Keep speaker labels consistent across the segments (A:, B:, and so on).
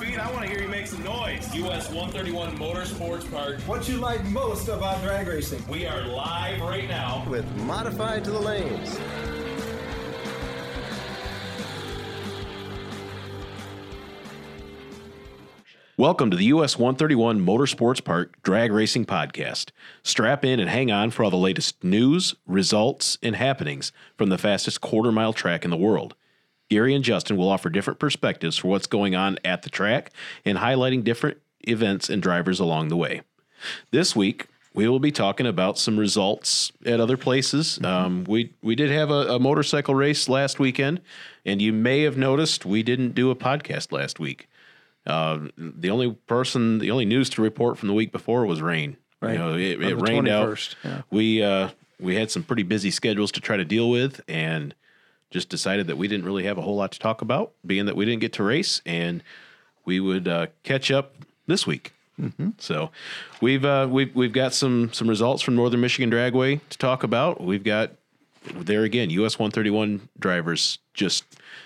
A: feet. I want to hear you make some noise.
B: US 131 Motorsports Park.
C: What you like most about drag racing?
B: We are live right now.
D: with Modified to the Lanes.
E: Welcome to the US 131 Motorsports Park Drag Racing Podcast. Strap in and hang on for all the latest news, results, and happenings from the fastest quarter mile track in the world. Gary and Justin will offer different perspectives for what's going on at the track and highlighting different events and drivers along the way. This week, we will be talking about some results at other places. Um, we we did have a, a motorcycle race last weekend, and you may have noticed we didn't do a podcast last week. Uh, the only person, the only news to report from the week before was rain. Right, you know, it, it
F: the
E: rained out.
F: 21st, yeah.
E: We uh, we had some pretty busy schedules to try to deal with, and just decided that we didn't really have a whole lot to talk about, being that we didn't get to race, and we would uh, catch up this week. So we've uh, we've we've got some some results from Northern Michigan Dragway to talk about. We've got there again US 131 drivers just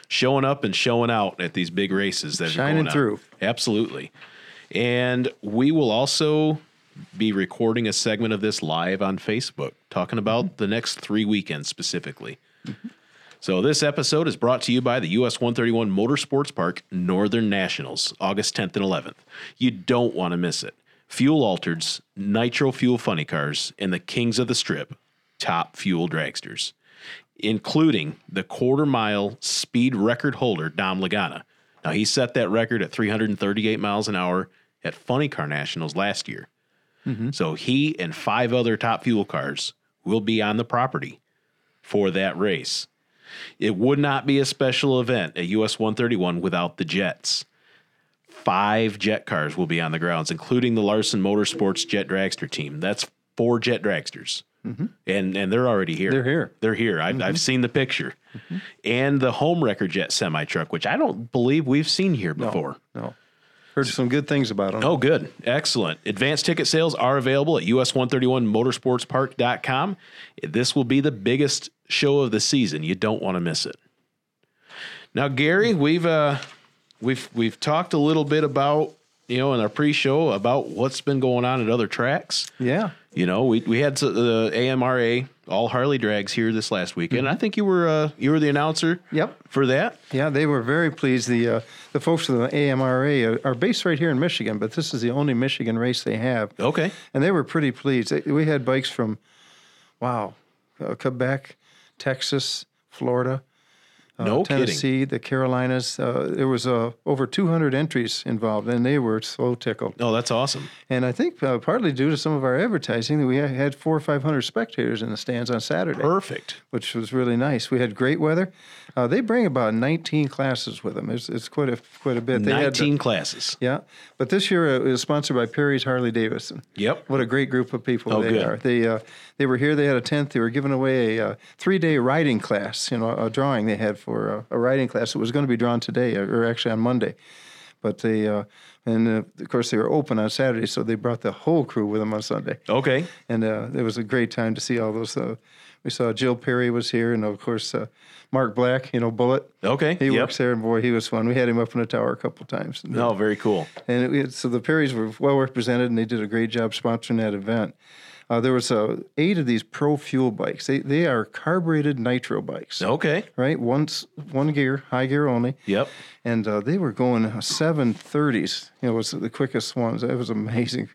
E: showing up and showing out at these big races that
F: Shining
E: are going on.
F: through.
E: Absolutely. And we will also be recording a segment of this live on Facebook talking about the next 3 weekends specifically. So, this episode is brought to you by the US 131 Motorsports Park Northern Nationals, August 10th and 11th. You don't want to miss it. Fuel Altereds, Nitro Fuel Funny Cars, and the Kings of the Strip, top fuel dragsters, including the quarter mile speed record holder, Dom Lagana. Now, he set that record at 338 miles an hour at Funny Car Nationals last year.
F: Mm-hmm.
E: So, he and five other top fuel cars will be on the property for that race. It would not be a special event at US 131 without the Jets. Five jet cars will be on the grounds, including the Larson Motorsports Jet Dragster team. That's four jet dragsters. And and they're already here.
F: Mm-hmm. They're here.
E: They're here. I've, I've seen the picture. And the home wrecker jet semi truck, which I don't believe we've seen here before.
F: No. Heard some good things about them.
E: Oh, good. Excellent. Advanced ticket sales are available at us131motorsportspark.com. This will be the biggest show of the season. You don't want to miss it. Now, Gary, we've uh we've we've talked a little bit about, you know, in our pre-show about what's been going on at other tracks.
F: Yeah.
E: You know, we we had uh, the AMRA all Harley drags here this last weekend. I think you were uh you were the announcer
F: Mm-hmm. Yep.
E: for that.
F: Yeah, they were very pleased. The uh, the folks of the AMRA are, are based right here in Michigan, but this is the only Michigan race they have.
E: Okay.
F: And they were pretty pleased. They- We had bikes from, wow, uh, Quebec, Texas, Florida, uh,
E: No kidding.
F: Tennessee, the Carolinas. Uh, there was uh, over 200 entries involved, and they were so tickled.
E: Oh, that's awesome.
F: And I think uh, partly due to some of our advertising, that we ha- had four or 500 spectators in the stands on Saturday.
E: Perfect.
F: which was really nice. We had great weather. Uh, they bring about 19 classes with them. It's, it's quite a quite a bit. They had the-
E: 19 classes.
F: yeah, but this year uh, it was sponsored by Perry's Harley Davidson.
E: Yep.
F: What a great group of people
E: Oh,
F: they
E: good.
F: are. They uh, they were here. They had a tent. They were giving away a uh, three day riding class. You know, a drawing they had for uh, a riding class. It was going to be drawn today, uh, or actually on Monday. But they uh, and uh, of course they were open on Saturday, so they brought the whole crew with them on Sunday
E: Okay.
F: and uh, it was a great time to see all those. Uh, we saw Jill Perry was here, and of course uh, Mark Black, you know Bullet.
E: Okay,
F: he
E: yep.
F: works there, and boy, he was fun. We had him up in the tower a couple times. And,
E: No, very cool.
F: and it, so the Perrys were well represented, and they did a great job sponsoring that event. Uh, there was uh, eight of these pro fuel bikes. They they are carbureted nitro bikes,
E: Okay.
F: right? Once one gear, high gear only.
E: Yep.
F: and uh, they were going seven thirties. You know, was the quickest ones. That was amazing,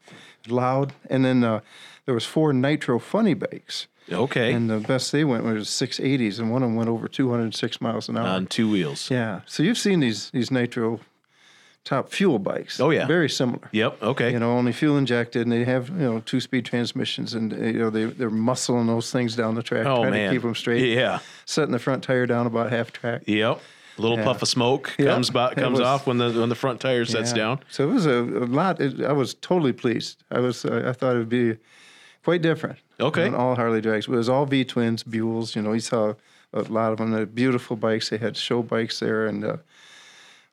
F: loud. And then uh, there was four nitro funny bikes,
E: Okay.
F: and the best they went was six eighties, and one of them went over two hundred six miles an hour.
E: on two wheels.
F: uh, yeah, so you've seen these these nitro top fuel bikes.
E: Oh, yeah.
F: very similar.
E: Yep. Okay.
F: You know, only fuel injected, and they have you know two speed transmissions, and uh, you know they they're muscling those things down the track,
E: oh
F: trying
E: man.
F: to keep them straight.
E: Yeah.
F: setting the front tire down about half track.
E: Yep. A little puff of smoke
F: Yep.
E: comes bo-
F: It
E: comes
F: was-
E: off when the when the front tire sets
F: Yeah.
E: down.
F: So it was a, a lot. It, I was totally pleased. I was. Uh, I thought it would be quite different.
E: Okay.
F: On all Harley drags, it was all V twins, Buells. You know, we saw a lot of them. They're beautiful bikes. They had show bikes there, and uh,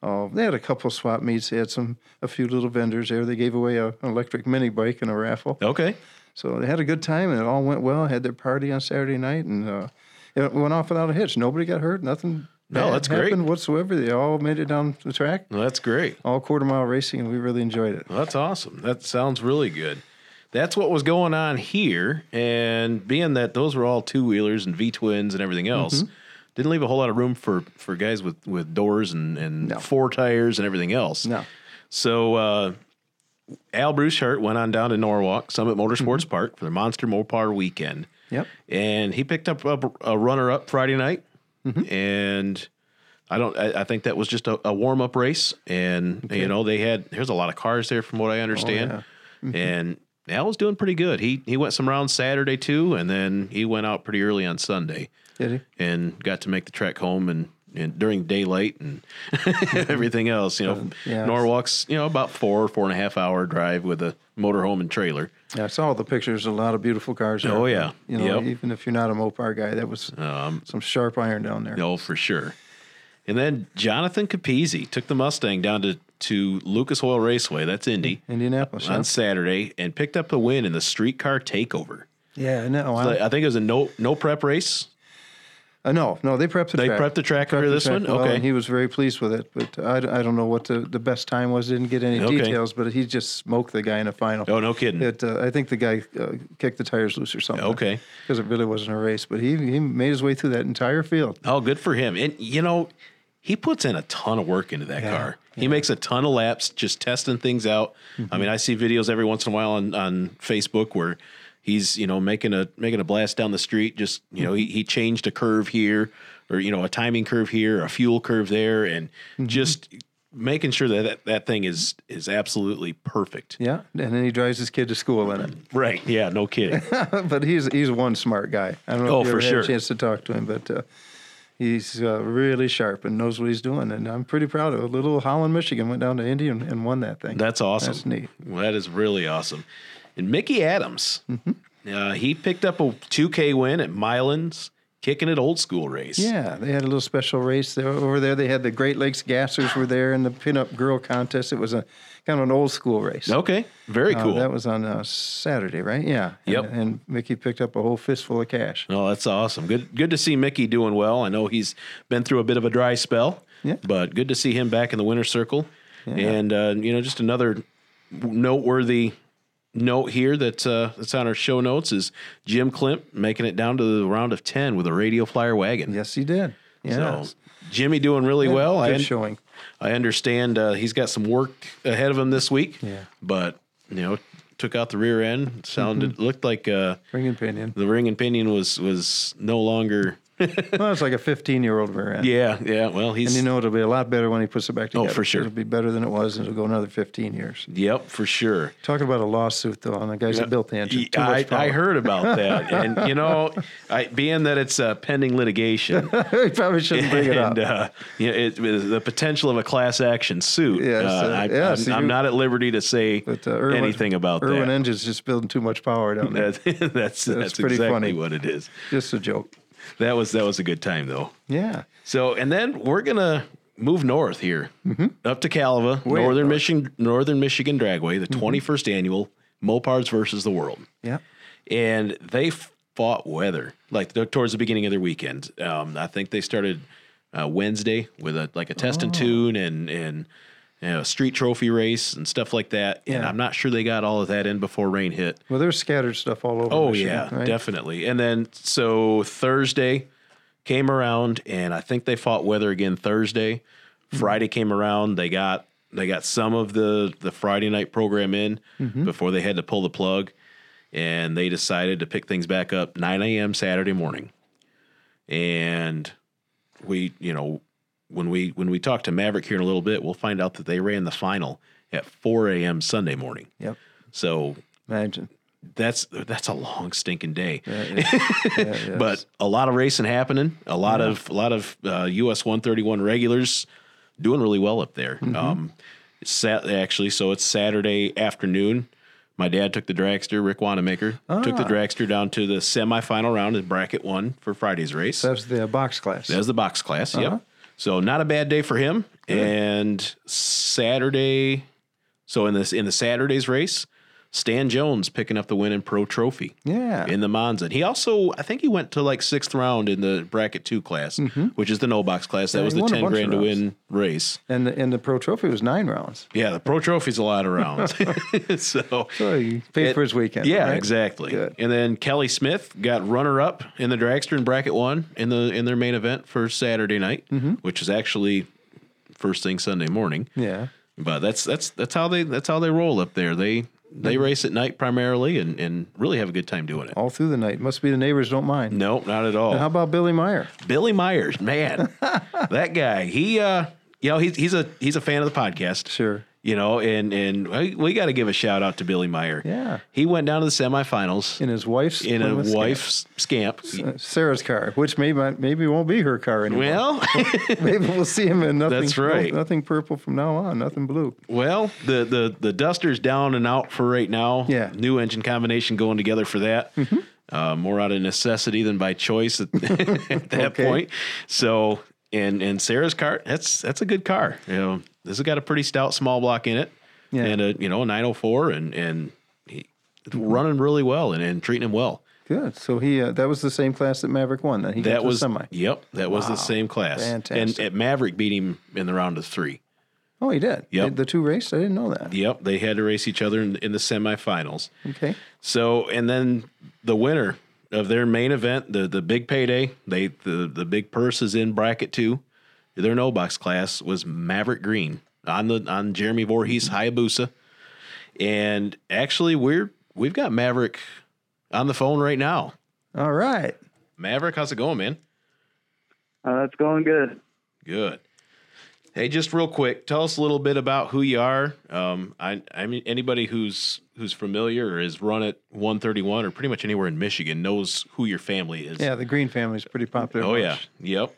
F: oh, they had a couple swap meets. They had some a few little vendors there. They gave away a, an electric mini bike in a raffle.
E: Okay.
F: So they had a good time, and it all went well. Had their party on Saturday night, and uh, it went off without a hitch. Nobody got hurt. Nothing
E: No, that's great.
F: happened whatsoever. They all made it down the track,
E: Well, that's great.
F: all quarter mile racing, and we really enjoyed it.
E: Well, that's awesome. That sounds really good. That's what was going on here. And being that those were all two wheelers and V twins and everything else,
F: Mm-hmm.
E: didn't leave a whole lot of room for, for guys with, with doors and, and
F: No.
E: four tires and everything else.
F: No.
E: So uh, Al Bruchart went on down to Norwalk Summit Motorsports
F: Mm-hmm.
E: Park for the Monster Mopar weekend.
F: Yep.
E: And he picked up a, a runner up Friday night. And I don't, I, I think that was just a, a warm up race. And, you know, they had, there's a lot of cars there from what I understand. And Al was doing pretty good. He, he went some rounds Saturday too. And then he went out pretty early on Sunday
F: Did he?
E: and got to make the trek home and, and during daylight and everything else, you know,
F: yeah.
E: Norwalk's, you know, about four, four and a half hour drive with a motorhome and trailer.
F: Yeah, I saw the pictures. A lot of beautiful cars. there.
E: Oh, yeah.
F: You know,
E: Yep. Um,
F: even if you're not a Mopar guy, that was some sharp iron down there.
E: No, for sure. And then Jonathan Capizzi took the Mustang down to, to Lucas Oil Raceway, that's Indy,
F: Indianapolis.
E: on Saturday and picked up the win in the streetcar takeover.
F: Yeah. Yeah. No,
E: Like,
F: I,
E: I think it was a no no prep race.
F: uh, no, no. They prepped the
E: They
F: track.
E: prepped the track for
F: the
E: this
F: track
E: one?
F: well,
E: Okay.
F: And he was very pleased with it, but I, d- I don't know what the, the best time was. Didn't get any
E: Okay.
F: details, but he just smoked the guy in the final.
E: Oh, no kidding.
F: It, uh, I think the guy uh, kicked the tires loose or something.
E: Okay.
F: Because it really wasn't a race, but he, he made his way through that entire field.
E: Oh, good for him. And you know, he puts in a ton of work into that
F: Yeah, Mm-hmm.
E: car. He makes a ton of laps just testing things out. I mean, I see videos every once in a while on, on Facebook where he's, you know, making a making a blast down the street, just, you know, he, he changed a curve here or, you know, a timing curve here, a fuel curve there, and
F: Mm-hmm.
E: just making sure that, that that thing is is absolutely perfect.
F: Yeah. And then he drives his kid to school in it.
E: Right. Yeah, no kidding.
F: but he's he's one smart guy. I don't know
E: Oh,
F: if you
E: for
F: ever
E: sure.
F: had a chance to talk to him, but uh, he's uh, really sharp and knows what he's doing. And I'm pretty proud of it. Little Holland, Michigan went down to Indy and, and won that thing.
E: That's awesome.
F: That's neat.
E: Well, that is really awesome. And Mickey Adams,
F: Mm-hmm.
E: uh, he picked up a 2K win at Milan's kicking it old school race.
F: Yeah, they had a little special race there over there. They had the Great Lakes Gassers were there and the pinup girl contest. It was a kind of an old school race.
E: Okay. Very
F: Uh,
E: cool.
F: that was on uh, Saturday, right? Yeah.
E: Yep.
F: And, and Mickey picked up a whole fistful of cash.
E: no, Oh, that's awesome. Good good to see Mickey doing well. I know he's been through a bit of a dry spell,
F: Yeah.
E: but good to see him back in the winner's circle. And uh, you know, just another noteworthy note here that uh, that's on our show notes is Jim Climp making it down to the round of 10 with a radio flyer wagon.
F: Yes, he did. Yeah.
E: So Jimmy doing really well.
F: Good
E: I,
F: showing.
E: I understand uh, he's got some work ahead of him this week.
F: Yeah.
E: But you know, took out the rear end. Sounded
F: Mm-hmm.
E: looked like uh,
F: Ring opinion.
E: the ring and pinion was was no longer.
F: well, it's like a 15 year old rear end.
E: Yeah, yeah. Well, he's
F: And you know it'll be a lot better when he puts it back
E: Oh,
F: together.
E: for sure.
F: It'll be better than it was, and it'll go another 15 years.
E: yep for sure.
F: Talking about a lawsuit though on the guys that built the engine. Too
E: I,
F: much
E: I
F: power.
E: heard about that, and you know, I, being that it's uh, pending litigation,
F: we probably shouldn't bring it up.
E: and uh, you know, it, it- the potential of a class action suit.
F: Yes,
E: uh,
F: uh,
E: I,
F: yes,
E: am
F: you-
E: not at liberty to say
F: But uh, Irwin,
E: anything about
F: Irwin
E: that.
F: Engine's just building too much power down there.
E: That- that's that's,
F: pretty
E: exactly
F: funny.
E: what it is.
F: just a joke.
E: That was that was a good time though.
F: Yeah.
E: So and then we're gonna move north here up to Calva,
F: Mm-hmm. Way up
E: northern
F: north. Mm-hmm.
E: Michigan, northern Michigan Dragway, the twenty annual Mopars versus the World,
F: Yeah.
E: and they fought weather like th- towards the beginning of their weekend. Um, I think they started uh, Wednesday with a like a test
F: Oh.
E: and tune and and. You know, a street trophy race and stuff like that, and
F: Yeah.
E: I'm not sure they got all of that in before rain hit.
F: Well, there's scattered stuff all over.
E: Oh
F: Michigan,
E: yeah,
F: right?
E: definitely. And then so Thursday came around, and I think they fought weather again Thursday. Friday came around, they got they got some of the the Friday night program in before they had to pull the plug, and they decided to pick things back up 9 a.m. Saturday morning. And we, you know, when we when we talk to Maverick here in a little bit, we'll find out that they ran the final at 4 a.m. Sunday morning.
F: Yep.
E: So
F: Imagine.
E: that's that's a long stinking day.
F: Yeah, yeah.
E: But a lot of racing happening. A lot of a lot of uh, US 131 regulars doing really well up there. Um, sat actually, so it's Saturday afternoon. My dad took the dragster. Rick Wanamaker took the dragster down to the semifinal round in bracket one for Friday's race.
F: that's the box class.
E: That was the box class.
F: Uh-huh.
E: Yep. So not a bad day for him. And Saturday, so in this in the Saturday's race, Stan Jones picking up the win in Pro Trophy.
F: Yeah.
E: In the Monza. And he also, I think he went to like sixth round in the bracket two class, which is the no box class. That
F: Mm-hmm. Yeah,
E: was
F: he
E: the
F: won a
E: 10
F: bunch of
E: grand to
F: rounds.
E: win race.
F: And the, and the pro trophy was nine rounds.
E: Yeah, the Pro Trophy's a lot of rounds. so,
F: So he paid for his weekend.
E: yeah,
F: right?
E: exactly.
F: Good.
E: And then Kelly Smith got runner up in the dragster in bracket one in the in their main event for Saturday night, which is actually first thing Sunday morning.
F: Mm-hmm. Yeah.
E: But that's that's that's how they that's how they roll up there. They they
F: Mm-hmm.
E: race at night primarily and and really have a good time doing it.
F: All through the night. Must be the neighbors don't mind.
E: No, not at all.
F: And how about Billy Meyer?
E: Billy Myers, man, that guy. He, uh, you know, he's he's a he's a fan of the podcast.
F: Sure.
E: You know, and and we, we got to give a shout out to Billy Meyer.
F: Yeah.
E: he went down to the semifinals
F: In his wife's
E: in a
F: Plymouth
E: wife's scamp.
F: Scamp. Uh, Sarah's car, which maybe maybe won't be her car anymore.
E: Well,
F: maybe we'll see him in nothing.
E: That's right.
F: Nothing purple from now on. Nothing blue.
E: well, the the the duster's down and out for right now.
F: Yeah. Mm-hmm.
E: new engine combination going together for that. Uh, more out of necessity than by choice at, at that
F: Okay.
E: point. So, and and Sarah's car, that's that's a good car. You know, this has got a pretty stout small block in it,
F: Yeah.
E: and a you know a 904, and and he, running really well and, and treating him well.
F: Good. So he uh, that was the same class that Maverick won. Then he got
E: That
F: to
E: was
F: semi.
E: yep, that was the same class. And,
F: Fantastic.
E: and Maverick beat him in the round of three.
F: Oh, he did.
E: Yep.
F: The, the two race. I didn't know that.
E: Yep, they had to race each other in, in the semifinals.
F: Okay.
E: So, and then the winner of their main event, the the big payday, they the the big purse is in bracket two. Their no box class was Maverick Green on the on Jeremy Voorhees Hayabusa, and actually we're we've got Maverick on the phone right now.
F: All right.
E: Maverick, how's it going, man?
G: Uh, it's going good.
E: Good. Hey, just real quick, tell us a little bit about who you are. Um, I, I mean, anybody who's who's familiar or has run at 131 or pretty much anywhere in Michigan knows who your family is.
F: Yeah, the Green family's pretty popular.
E: Oh
F: bunch.
E: yeah. Yep.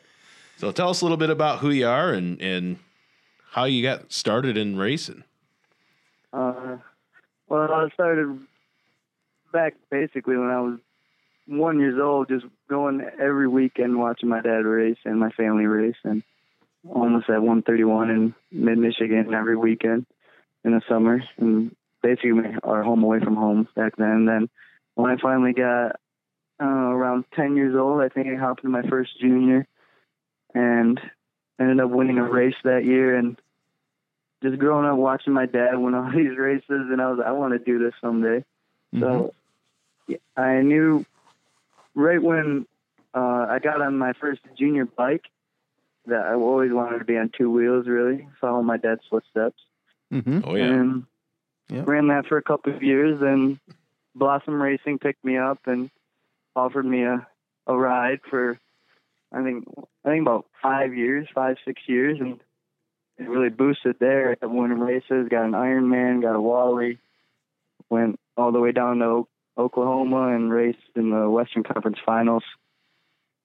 E: So tell us a little bit about who you are and and how you got started in racing.
G: Uh, well, I started back basically when I was one years old, just going every weekend watching my dad race and my family race, and almost at 131 in mid Michigan every weekend in the summer, and basically my- our home away from home back then. And then when I finally got uh, around 10 years old, I think I hopped in my first junior, and ended up winning a race that year, and just growing up watching my dad win all these races, and I was I want to do this someday. So yeah, I knew right when uh, I got on my first junior bike that I always wanted to be on two wheels. Really, follow my dad's footsteps,
F: Mm-hmm.
E: Oh yeah.
G: and
F: Yeah.
G: ran that for a couple of years. And Blossom Racing picked me up and offered me a a ride for I think I think about five years, five six years, and it really boosted there. I won races, got an Ironman, got a Wally, went all the way down to O- Oklahoma and raced in the Western Conference Finals.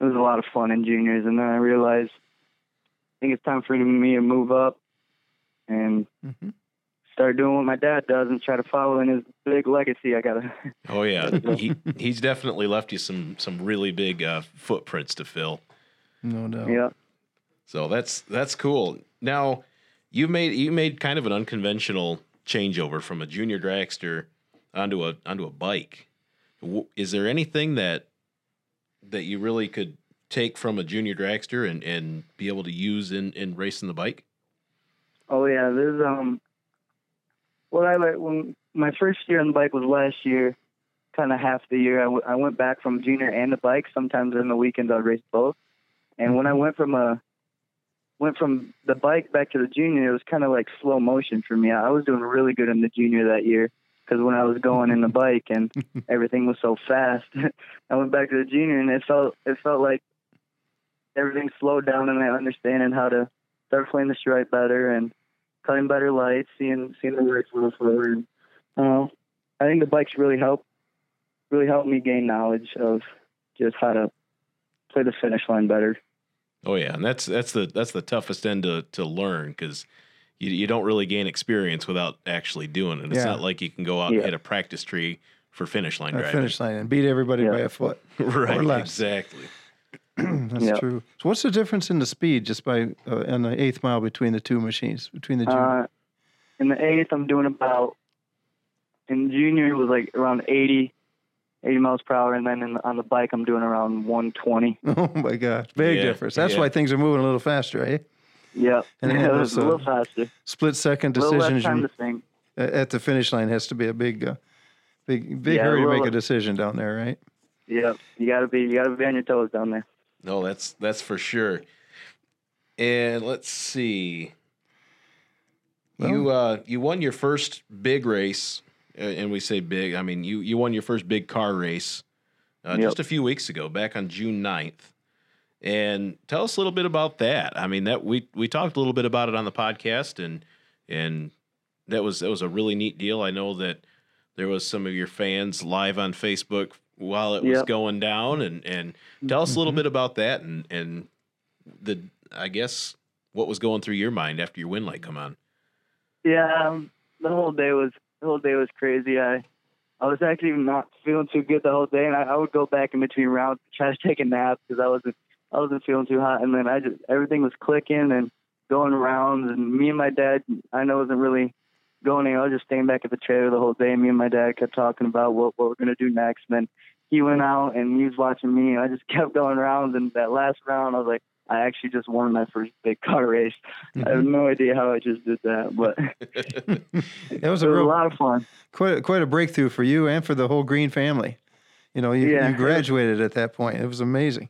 G: It was a lot of fun in juniors, and then I realized I think it's time for me to move up and
F: Mhm.
G: start doing what my dad does and try to follow in his big legacy. I gotta
E: Oh yeah. he he's definitely left you some some really big uh, footprints to fill.
F: No doubt.
G: yeah.
E: So that's that's cool. Now you made you made kind of an unconventional changeover from a junior dragster onto a onto a bike. W- Is there anything that that you really could take from a junior dragster and and be able to use in in racing the bike?
G: Oh yeah, there's um. What I like when my first year on the bike was last year, kind of half the year. I, w- I went back from junior and the bike. Sometimes in the weekends I'd race both. And when I went from a went from the bike back to the junior, it was kind of like slow motion for me. I was doing really good in the junior that year because when I was going in the bike and everything was so fast, I went back to the junior and it felt it felt like everything slowed down and I understanding how to start playing the strike better and cutting better lights, seeing seeing the lights move forward. Uh, I think the bikes really help really helped me gain knowledge of just how to play the finish line better.
E: Oh yeah, and that's that's the that's the toughest end to to learn because you you don't really gain experience without actually doing it. It's
F: Yeah.
E: not like you can go out and
G: Yeah.
E: hit a practice tree for finish line
F: That
E: driving.
F: finish line and beat everybody
G: Yeah.
F: by a foot.
E: right,
F: or less.
E: exactly.
F: That's
G: Yeah.
F: true. So what's the difference in the speed just by uh, on the eighth mile between the two machines between the junior?
G: Uh, in the eighth, I'm doing about in junior it was like around 80, 80 miles per hour, and then in, on the bike I'm doing around 120.
F: Oh my God, big
E: Yeah,
F: difference. That's
E: yeah.
F: why things are moving a little faster, eh?
G: Yeah,
F: And then
G: it
F: there's
G: was a
F: a
G: little faster,
F: Split second
G: a little less
F: decisions
G: time
F: you-
G: to think.
F: a- at the finish line has to be a big, uh, big, big
G: Yeah,
F: hurry to
G: well,
F: make a
G: uh,
F: decision down there, right?
G: Yeah, you gotta be you gotta be on your toes down there.
E: No, that's that's for sure. And let's see. you uh you won your first big race, uh, and we say big, I mean you you won your first big car race uh,
G: Yep.
E: just a few weeks ago, back on June 9th. And tell us a little bit about that. I mean that we we talked a little bit about it on the podcast and and that was that was a really neat deal. I know that there was some of your fans live on Facebook while it was
G: Yep.
E: going down and and Tell us a little bit about that and and the I guess what was going through your mind after your win light come on.
G: Yeah, um, the whole day was the whole day was crazy. I I was actually not feeling too good the whole day, and I, I would go back in between rounds try to take a nap because I wasn't I wasn't feeling too hot. And then I just everything was clicking and going rounds. And me and my dad, I know wasn't really going anywhere. I was just staying back at the trailer the whole day. Me and my dad kept talking about what what we're gonna do next. And then he went out and he was watching me, and I just kept going rounds. And that last round, I was like, I actually just won my first big car race. I
F: Mm-hmm.
G: have no idea how I just did that, but
F: That was
G: it
F: a
G: was a
F: real
G: lot of fun.
F: quite a, quite a breakthrough for you and for the whole Green family. You know, you,
G: Yeah.
F: you graduated at that point. It was amazing.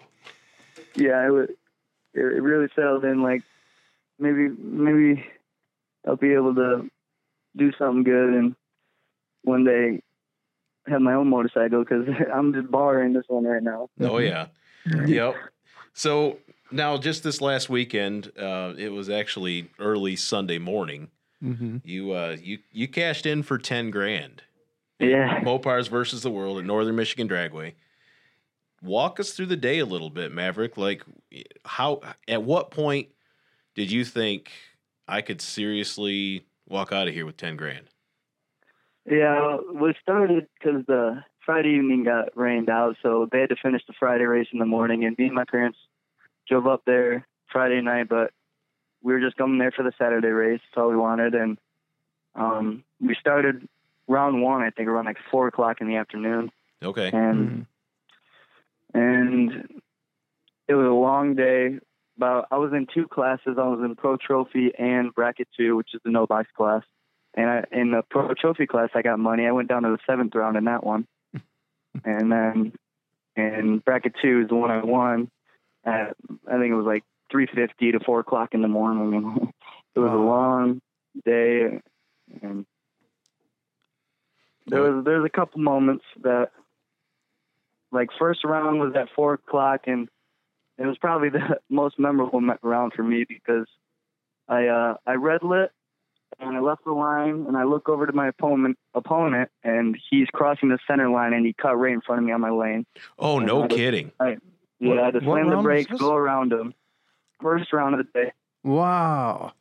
G: Yeah, it was. It really settled in. Like maybe, maybe I'll be able to do something good and one day have my own motorcycle because I'm just borrowing this one right now.
E: Oh yeah. yep. So now just this last weekend, uh, it was actually early Sunday morning.
F: hmm
E: You uh you you cashed in for ten grand.
G: Yeah.
E: Mopars versus the world at Northern Michigan Dragway. Walk us through the day a little bit, Maverick. Like how at what point did you think I could seriously walk out of here with ten grand?
G: Yeah, we started because the Friday evening got rained out, so they had to finish the Friday race in the morning. And me and my parents drove up there Friday night, but we were just coming there for the Saturday race. That's all we wanted, and um, we started round one, I think, around like four o'clock in the afternoon,
E: Okay.
F: Mm.
G: and and it was a long day. About I was in two classes. I was in pro trophy and bracket two, which is the no box class. And I, in the pro trophy class, I got money. I went down to the seventh round in that one, and then in bracket two is the one I won. At, I think it was like three fifty to four o'clock in the morning. it was a
F: Wow.
G: long day, and there was there's a couple moments that like first round was at four o'clock and it was probably the most memorable me- round for me because I uh, I red lit and I left the line and I look over to my opponent opponent and he's crossing the center line and he cut right in front of me on my lane.
E: Oh, no kidding.
G: Yeah, I had to
F: What- what
G: slam the
F: round was
G: brakes,
F: this?
G: go around him. First round of the day.
F: Wow.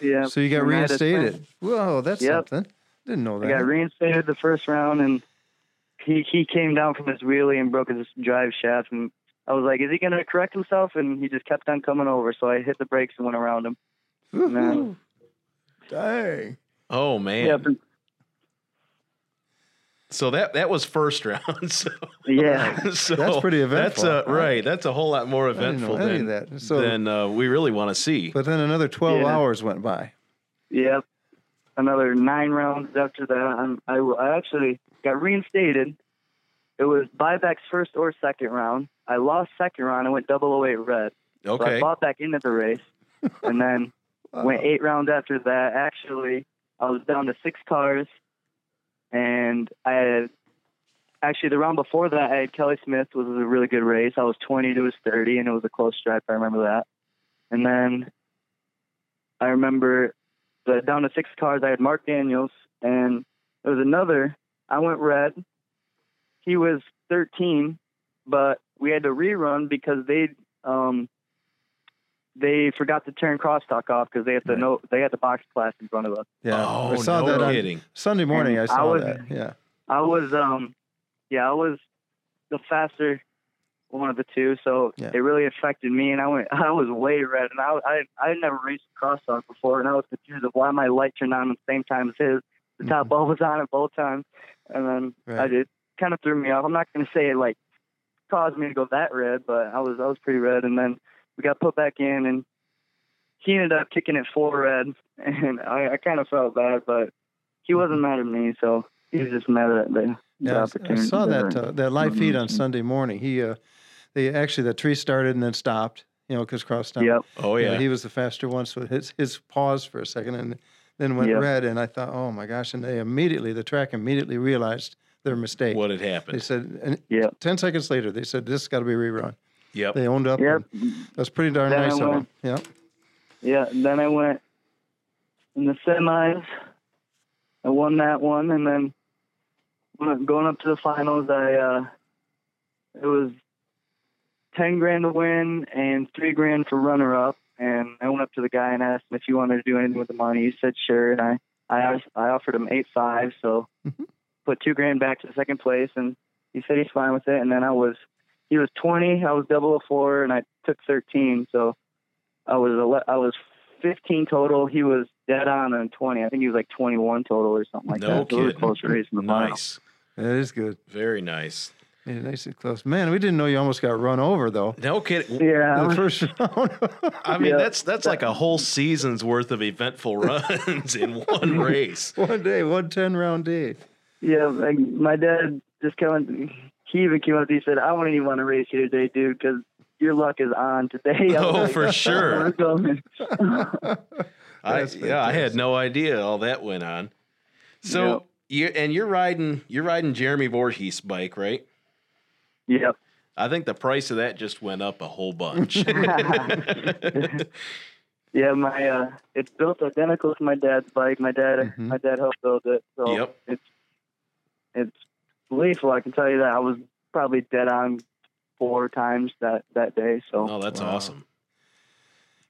G: Yeah.
F: So you got
G: and I had to slam-
F: reinstated. Whoa, that's
G: Yep.
F: something. Didn't know
G: I
F: that.
G: got reinstated the first round, and he he came down from his wheelie and broke his drive shaft. And I was like, "Is he gonna correct himself?" And he just kept on coming over. So I hit the brakes and went around him. And then-
F: Woo-hoo. Dang.
E: Oh man.
G: yeah, but-
E: So that that was first round. So,
G: yeah,
E: so
F: That's pretty
E: That's
F: eventful.
E: a, right. That's a whole lot more
F: know
E: eventful
F: any
E: than
F: of that. So-
E: than uh, we really want to see.
F: But then another 12
G: Yeah.
F: hours went by.
G: yeah. Another nine rounds after that, and I I actually got reinstated. It was buybacks first or second round. I lost second round. I went 008 red. So I
E: okay.
G: bought back into the race, and then
F: Uh,
G: went eight rounds after that. Actually, I was down to six cars, and I had actually the round before that I had Kelly Smith was a really good race. I was twenty to his thirty, and it was a close stripe. I remember that. And then I remember the down to six cars. I had Mark Daniels, and there was another. I went red. He was thirteen, but we had to rerun because they um they forgot to turn crosstalk off because they had the
F: Right.
G: no they had the box class in front of us.
F: Yeah.
E: Oh,
F: I saw
E: no
F: that on
E: kidding.
F: Sunday morning.
G: And
F: I
G: I
F: saw
G: was-
F: that. Yeah.
G: I was um yeah, I was the faster one of the two, so
F: Yeah.
G: it really affected me and I went I was way red and I I I had never raced crosstalk before and I was confused of why my light turned on at the same time as his The top ball was on it both times, and then I
F: Mm-hmm. Right.
G: did kind of threw me off. I'm not going to say it like caused me to go that red, but I was I was pretty red. And then we got put back in, and he ended up kicking it four red, and I, I kind of felt bad, but he wasn't mad at me, so he was just mad at the, the
F: Yeah, I- I
G: opportunity.
F: saw that
G: there.
F: uh, that live feed
E: Mm-hmm.
F: on Sunday morning. He, uh, they actually that tree started and then stopped. You know, because cross town.
G: Yep.
E: Oh
F: You know,
E: yeah.
F: he was the faster one, so his his paused for a second and then went
G: Yeah.
F: red. And I thought, oh my gosh! And they immediately the track immediately realized their mistake.
E: what had
F: They
E: happened?
F: said, and
G: Yeah.
F: ten seconds later, they said this has got to be rerun.
E: Yep.
F: They owned up.
G: Yep.
F: and That's pretty darn
G: Then I
F: nice of them.
G: went-
F: Yeah.
G: Yeah, and then I went in the semis. I won that one, and then when- going up to the finals, I uh, it was ten grand to win and three grand for runner up. And I went up to the guy and asked him if he wanted to do anything with the money. He said sure, and I I, I offered him eight five, so put two grand back to second place, and he said he's fine with it. And then I was he was twenty, I was double a four, and I took thirteen, so. I was ele- I was 15 total. He was dead on on 20. I think he was like 21 total or something like
E: No
G: that. So it was a
E: kidding.
G: close race in the final.
E: Nice.
F: That is good.
E: Very nice.
F: Yeah, nice and close. Man, we didn't know you almost got run over though.
E: No kidding.
G: Yeah, I
F: in The
G: was-
F: first round.
E: I mean,
G: Yeah.
E: that's that's like a whole season's worth of eventful runs in one race.
F: one day, one 10 round day.
G: yeah. Like my dad just kind of he even came up to me and said, "I wouldn't even want to race you today, dude, because your luck is on today." I was
E: Oh,
G: like,
E: for sure.
G: "Let's go, man."
E: I,
F: That's
E: yeah, I had
F: fantastic.
E: no idea all that went on. So you and you're riding you're riding Jeremy Voorhees' bike, right?
G: yep.
E: I think the price of that just went up a whole bunch.
G: Yeah, my uh, it's built identical to my dad's bike. My dad,
F: Mhm.
G: my dad helped build it. So
E: Mm-hmm. Yep.
G: it's it's lethal. I can tell you that I was probably dead on four times that that day. So
E: oh, that's
F: Wow.
E: awesome.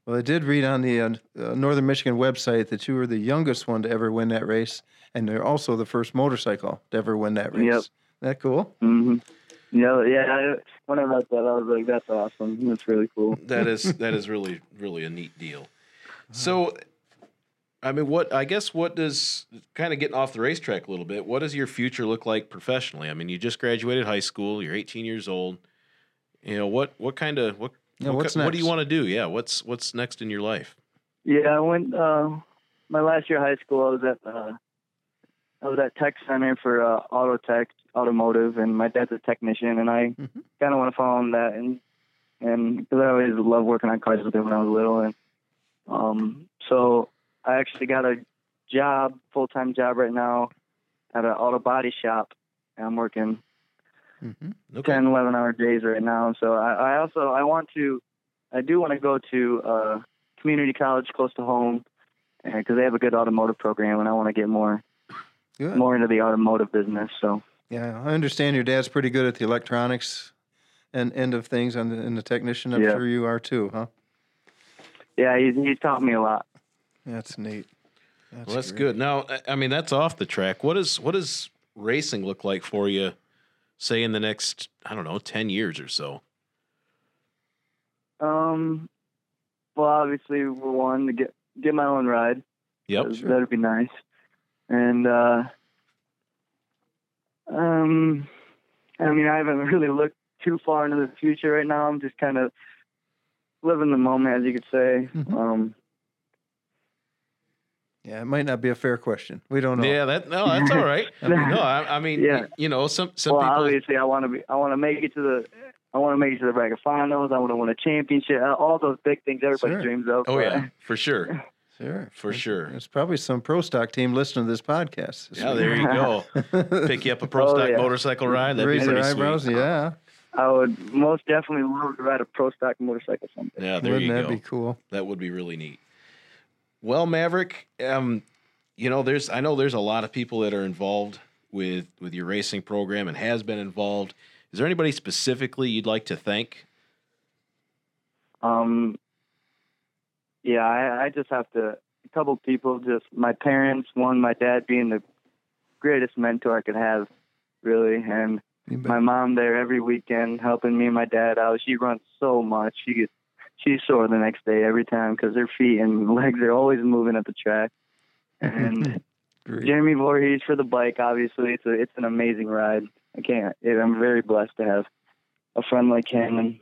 F: Well, I did read on the uh, uh, Northern Michigan website that you were the youngest one to ever win that race, and you're also the first motorcycle to ever win that race.
G: Yep.
F: That cool?
E: Oh.
G: hmm yeah, yeah. I, when I read that, I was like, "That's awesome. That's really cool."
E: That is that is really really a neat deal. So I mean, what I guess what does kind of getting off the racetrack a little bit? What does your future look like professionally? I mean, you just graduated high school. You're 18 years old. You know what? What kind of what?
F: Yeah,
E: what,
F: what's
E: ki- what do you
F: next?
E: want to do? Yeah, what's what's next in your life?
G: Yeah, I went uh, my last year of high school. I was at uh, I was at Tech Center for uh, Auto Tech Automotive, and my dad's a technician, and I kind of want to follow in that, and and because I always loved working on cars with him when I was little, and um, so I actually got a job, full time job right now, at an auto body shop, and I'm working
F: Mm-hmm.
E: Okay.
G: Ten, eleven 11 hour days right now. So I, I also, I want to, I do want to go to uh, community college close to home because they have a good automotive program and I want to get more,
F: Good.
G: more into the automotive business. So
F: Yeah, I understand your dad's pretty good at the electronics and end of things, and the, and the technician. I'm
G: Yeah.
F: sure you are too, huh?
G: yeah, he's, he's taught me a lot.
F: That's neat. That's,
E: Well, that's
F: great.
E: good. Now, I- I mean, that's off the track. What is what does racing look like for you? Say in the next, I don't know, ten years or so.
G: Um, well, obviously we're one to get, get my own ride.
E: Yep.
G: That- That'd be nice. And uh, um, I mean, I haven't really looked too far into the future right now. I'm just kind of living the moment, as you could say.
E: Mm-hmm.
F: Mhm.
G: Um,
F: Yeah, it might not be a fair question. We don't know.
E: Yeah. That no, that's all right. no, I, I mean,
G: Yeah.
E: you know, some some
G: well,
E: people.
G: obviously, I want to be. I want to make it to the. I want to make it to the bracket finals. I want to win a championship. uh, All those big things everybody
F: Sure.
G: dreams of.
E: Oh
G: but-
E: yeah, for sure,
F: Sure.
E: for sure.
F: There's probably some pro stock team listening to this podcast.
E: Yeah, there you go. Pick you up a pro
G: Oh,
E: stock
G: yeah.
E: motorcycle ride. That'd
F: Raise
E: be
F: their
E: pretty
F: eyebrows.
E: sweet.
F: Yeah.
G: I would most definitely love to ride a pro stock motorcycle someday.
E: Yeah, Ah, there
F: Wouldn't
E: you
F: that
E: go.
F: be cool?
E: That would be really neat. Well, Maverick, um, you know, there's I know there's a lot of people that are involved with with your racing program and has been involved. Is there anybody specifically you'd like to thank?
G: Um, yeah, I, I just have to. A couple people, just my parents. One, my dad being the greatest mentor I could have, really, and
F: You bet.
G: my mom there every weekend helping me and my dad out. She runs so much. She gets she's sore the next day every time because her feet and legs are always moving at the track, and
F: Great.
G: Jeremy Voorhees for the bike. Obviously, it's a, it's an amazing ride. I can't. It, I'm very blessed to have a friend like him. And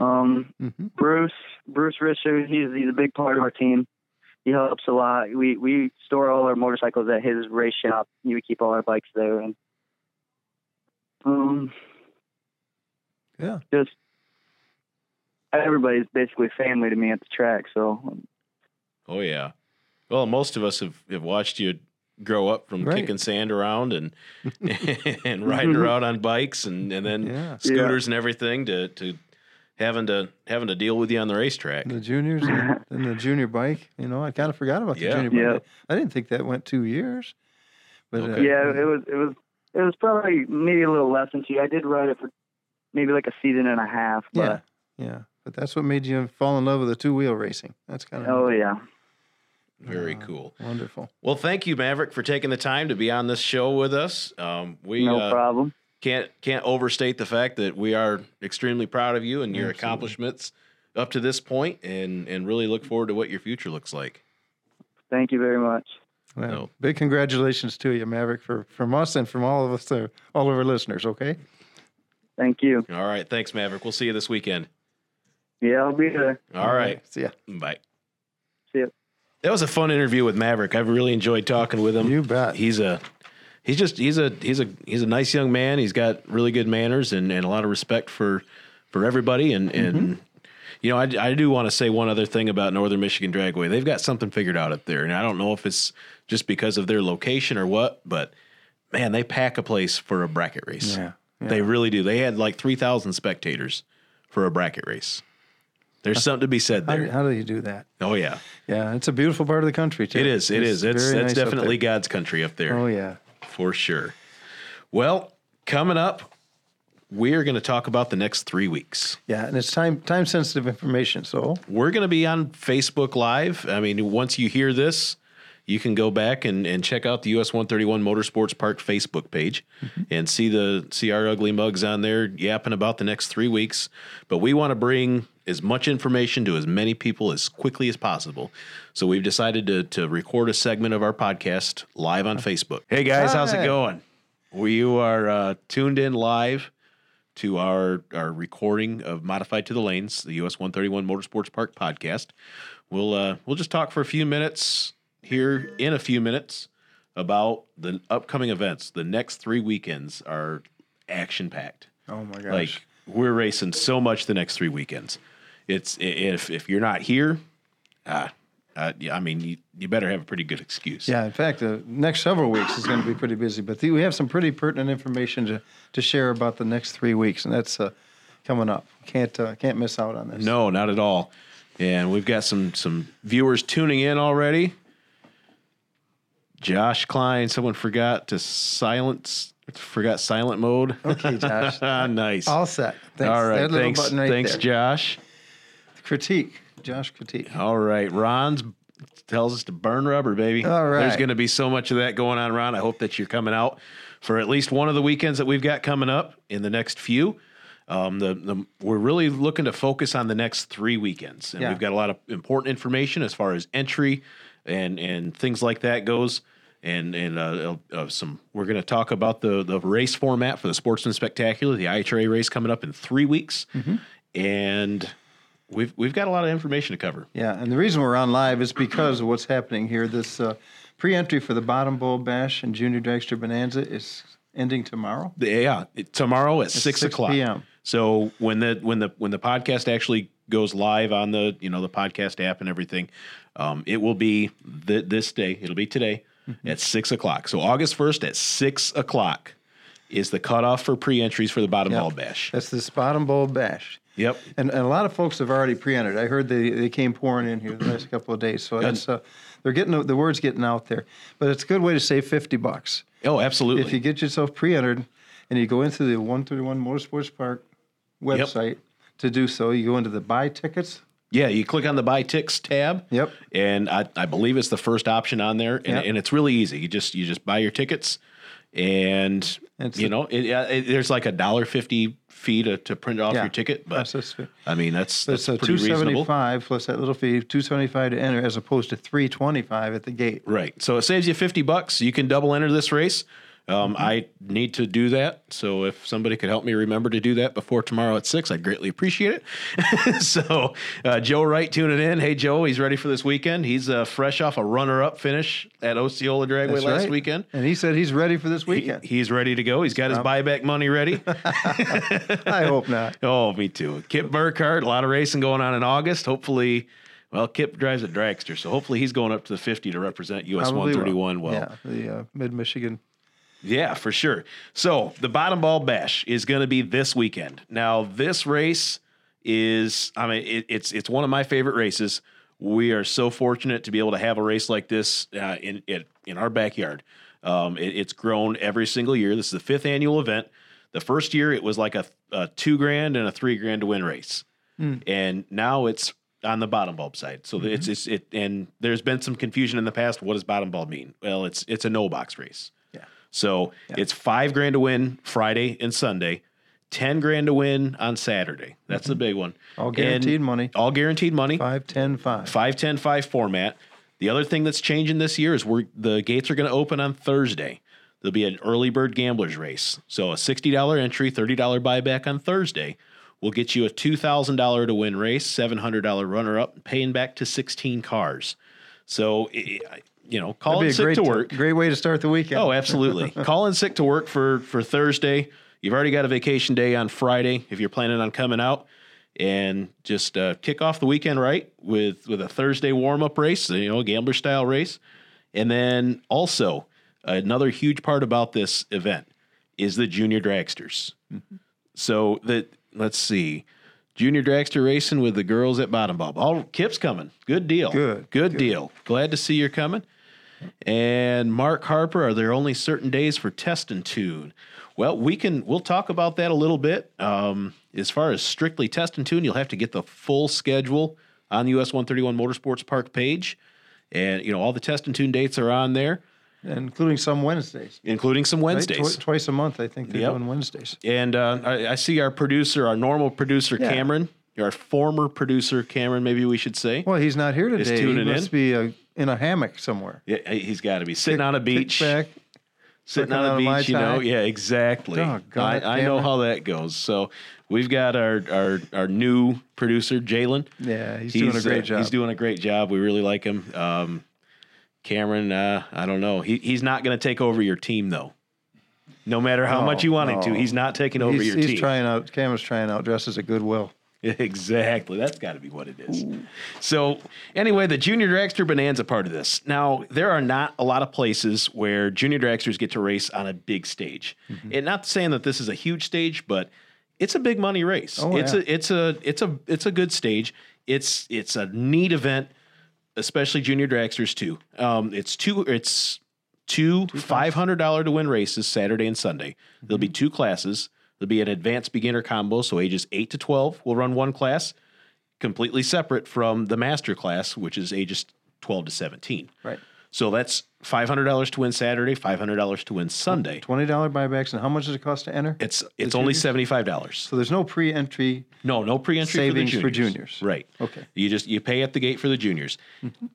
G: um,
F: Mhm.
G: Bruce, Bruce Richard, he's he's a big part of our team. He helps a lot. We we store all our motorcycles at his race shop. We keep all our bikes there, and um,
F: Yeah.
G: just everybody's basically family to me at the track. So
E: Oh yeah. Well, most of us have, have watched you grow up from
F: Right. Mm-hmm.
E: kicking sand around and and riding around on bikes and, and then
F: Yeah.
E: scooters and everything to, to having to having to deal with you on the racetrack.
F: The juniors and and the junior bike. You know, I kind of forgot about the
E: Yeah.
F: junior
G: Yeah.
F: bike. I didn't think that went two years. But uh,
E: Okay.
G: yeah, it was it was it was probably maybe a little less than two. I did ride it for maybe like a season and a half. But
F: yeah, yeah. But that's what made you fall in love with the two wheel racing. That's kind of
G: oh yeah,
E: Very
F: Yeah.
E: cool.
F: wonderful.
E: Well, thank you, Maverick, for taking the time to be on this show with us. Um, we
G: no
E: uh,
G: problem.
E: can't can't overstate the fact that we are extremely proud of you and your
F: Absolutely.
E: accomplishments up to this point, and and really look forward to what your future looks like.
G: Thank you very much.
F: Well,
E: No.
F: Big congratulations to you, Maverick, for from us and from all of us, uh, all of our listeners. Okay.
G: Thank you.
E: All right, thanks, Maverick. We'll see you this weekend.
G: Yeah, I'll be there.
E: All right,
F: See ya.
E: bye.
G: See you.
E: That was a fun interview with Maverick. I've really enjoyed talking with him.
F: You bet.
E: He's a he's just he's a he's a he's a nice young man. He's got really good manners and, and a lot of respect for for everybody. And
F: Mm-hmm.
E: and you know, I, I do want to say one other thing about Northern Michigan Dragway. They've got something figured out up there, and I don't know if it's just because of their location or what, but man, they pack a place for a bracket race.
F: Yeah,
E: They really do. They had like three thousand spectators for a bracket race. There's something to be said
F: How do,
E: there.
F: how do you do that?
E: oh yeah.
F: Yeah, it's a beautiful part of the country too.
E: It is. It is. It's
F: very
E: that's
F: nice up
E: definitely
F: there.
E: God's country up there
F: Oh yeah.
E: for sure. Well, coming up, we are going to talk about the next three weeks.
F: Yeah, and it's time time sensitive information. So
E: We're going to be on Facebook Live. I mean, once you hear this, you can go back and, and check out the US 131 Motorsports Park Facebook page and see the see our ugly mugs on there yapping about the next three weeks. But we want to bring as much information to as many people as quickly as possible. So we've decided to to record a segment of our podcast live on Facebook. Hey guys, how's it
F: Hi.
E: going? We are uh, tuned in live to our our recording of Modified to the Lanes, the US 131 Motorsports Park podcast. We'll uh, we'll just talk for a few minutes here in a few minutes about the upcoming events. The next three weekends are action packed.
F: Oh my gosh.
E: Like we're racing so much the next three weekends. It's i- if if you're not here, ah, uh, yeah, I mean you, you better have a pretty good excuse.
F: yeah, in fact, the next several weeks is going to be pretty busy, but the, we have some pretty pertinent information to, to share about the next three weeks, and that's uh, coming up. Can't uh, can't miss out on this.
E: No, not at all. And we've got some some viewers tuning in already. Josh Klein, someone forgot to silence forgot silent mode. Ah,
F: Okay, Josh.
E: nice.
F: All set. Thanks.
E: all
F: That
E: right,
F: little
E: thanks,
F: button right
E: thanks,
F: there.
E: Josh.
F: Critique, Josh. Critique.
E: All right, Ron's tells us to burn rubber, baby.
F: All right.
E: there's going to be so much of that going on, Ron. I hope that you're coming out for at least one of the weekends that we've got coming up in the next few. Um, the, the we're really looking to focus on the next three weekends, and
F: Yeah.
E: we've got a lot of important information as far as entry and and things like that goes. And and uh, uh, some we're going to talk about the the race format for the Sportsman Spectacular, the IHRA race coming up in three weeks,
F: Mm-hmm.
E: and we've we've got a lot of information to cover.
F: Yeah, and the reason we're on live is because of what's happening here. This uh, pre-entry for the Bottom Bowl Bash and Junior Dragster Bonanza is ending tomorrow.
E: Yeah, it- tomorrow at six,
F: 6
E: o'clock.
F: p.m..
E: So when the when the when the podcast actually goes live on the you know the podcast app and everything, um, it will be th- this day. It'll be today at six o'clock. So August first at six o'clock is the cutoff for pre-entries for the bottom
F: Yeah.
E: ball bash.
F: That's this Bottom Bowl Bash.
E: Yep.
F: And, and a lot of folks have already pre-entered. I heard they, they came pouring in here the last couple of days. So that's uh, they're getting the word's getting out there. But it's a good way to save fifty bucks
E: Oh, absolutely.
F: if you get yourself pre-entered, and you go into the one thirty one Motorsports Park website to do so. You go into the buy tickets.
E: yeah, you click on the buy ticks tab.
F: Yep.
E: And I, I believe it's the first option on there, and,
F: Yep.
E: and it's really easy. You just you just buy your tickets, and
F: It's
E: you
F: the-
E: know, it, uh, it, there's like a dollar fifty fee to, to print off
F: Yeah.
E: your ticket, but
F: That's- that's-
E: I mean that's that's
F: That's a
E: pretty
F: two
E: reasonable,
F: seventy-five plus that little fee, two seventy-five to enter, as opposed to three twenty-five at the gate.
E: right? So it saves you fifty bucks. You can double enter this race.
F: Mm-hmm.
E: Um, I need to do that. So if somebody could help me remember to do that before tomorrow at six, I'd greatly appreciate it. so uh, Joe Wright tuning in. Hey Joe, he's ready for this weekend. He's uh, fresh off a runner-up finish at Osceola Dragway
F: That's
E: last
F: right.
E: weekend.
F: And he said he's ready for this
E: He-
F: weekend.
E: he's ready to go. He's got his buyback money ready.
F: I hope not.
E: Oh, me too. Kip Burkhardt, a lot of racing going on in August. Hopefully, well, Kip drives a dragster, so hopefully he's going up to the 50 to represent US
F: Probably
E: 131
F: won't.
E: well.
F: yeah, the uh, Mid Michigan.
E: Yeah, for sure. So the bottom ball bash is going to be this weekend. Now this race is, I mean, it, it's it's one of my favorite races. We are so fortunate to be able to have a race like this uh, in in in our backyard. Um, it- it's grown every single year. This is the fifth annual event. The first year it was like a, a two grand and a three grand to win race, and now it's on the bottom bulb side. So
F: Mm-hmm.
E: it's it's it and there's been some confusion in the past. What does bottom bulb mean? Well, it's it's a no box race. So it's five grand to win Friday and Sunday, ten grand to win on Saturday. That's the big one.
F: Mm-hmm. All guaranteed
E: And
F: money.
E: All guaranteed money.
F: Five ten five.
E: Five ten five format. The other thing that's changing this year is we're the gates are going to open on Thursday. There'll be an early bird gamblers race. So a sixty dollar entry, thirty dollar buyback on Thursday will get you a two thousand dollar to win race, seven hundred dollar runner up, paying back to sixteen cars. So i- i- you know, call it
F: That'd be a
E: sick
F: great
E: to work.
F: great way to start the weekend.
E: Oh, absolutely. Call in sick to work for for Thursday. You've already got a vacation day on Friday if you're planning on coming out, and just uh, kick off the weekend right with with a Thursday warm up race, you know, gambler style race, and then also another huge part about this event is the junior dragsters. So that let's see. Junior dragster racing with the girls at Bottom Bob. All Kip's coming. Good deal.
F: Good,
E: Good, deal. Glad to see you're coming. And Mark Harper, are there only certain days for test and tune? Well, we can we'll talk about that a little bit. Um, as far as strictly test and tune, you'll have to get the full schedule on the US 131 Motorsports Park page. And you know, all the test and tune dates are on there,
F: including some Wednesdays.
E: including some
F: right?
E: Wednesdays.
F: Twi- twice a month, I think they're
E: Yep.
F: doing Wednesdays.
E: And uh, I, I see our producer, our normal producer,
F: Yeah.
E: Cameron, our former producer, Cameron, maybe we should say.
F: Well, he's not here today.
E: tuning
F: he
E: in.
F: must be uh, in a hammock somewhere.
E: Yeah, he's got to be sitting on a
F: Kick
E: beach.
F: back.
E: sitting
F: Looking
E: on a
F: out of my
E: beach, you know.
F: tie.
E: Yeah, exactly.
F: Oh, God,
E: I, I know
F: Cameron.
E: how that goes. So we've got our our our new producer, Jalen.
F: Yeah, he's, doing a
E: uh,
F: great job.
E: He's doing a great job. We really like him. Um, Cameron, uh, I don't know. He he's not going to take over your team though. No matter how
F: No,
E: much you want him
F: no.
E: to, he's not taking over
F: he's,
E: your
F: he's
E: team.
F: trying out. Cameron's trying out dresses at Goodwill.
E: Exactly. That's got to be what it is. So, anyway, the junior dragster bonanza part of this. Now, there are not a lot of places where junior dragsters get to race on a big stage.
F: Mm-hmm.
E: And not saying that this is a huge stage, but it's a big money race.
F: Oh,
E: it's
F: yeah.
E: a it's a it's a it's a good stage. It's it's a neat event, especially junior dragsters too. Um, it's two it's two five hundred dollar to win races Saturday and Sunday. There'll be two classes. There'll be an advanced beginner combo, so ages eight to twelve will run one class, completely separate from the master class, which is ages twelve to seventeen.
F: Right.
E: So that's five hundred dollars to win Saturday, five hundred dollars to win Sunday.
F: Twenty dollar buybacks, and how much does it cost to enter?
E: It's it's only
F: juniors?
E: seventy five dollars.
F: so there's no pre-entry.
E: No, no pre-entry
F: Savings
E: for,
F: for
E: the juniors.
F: juniors.
E: Right.
F: Okay.
E: You just you pay at the gate for the juniors.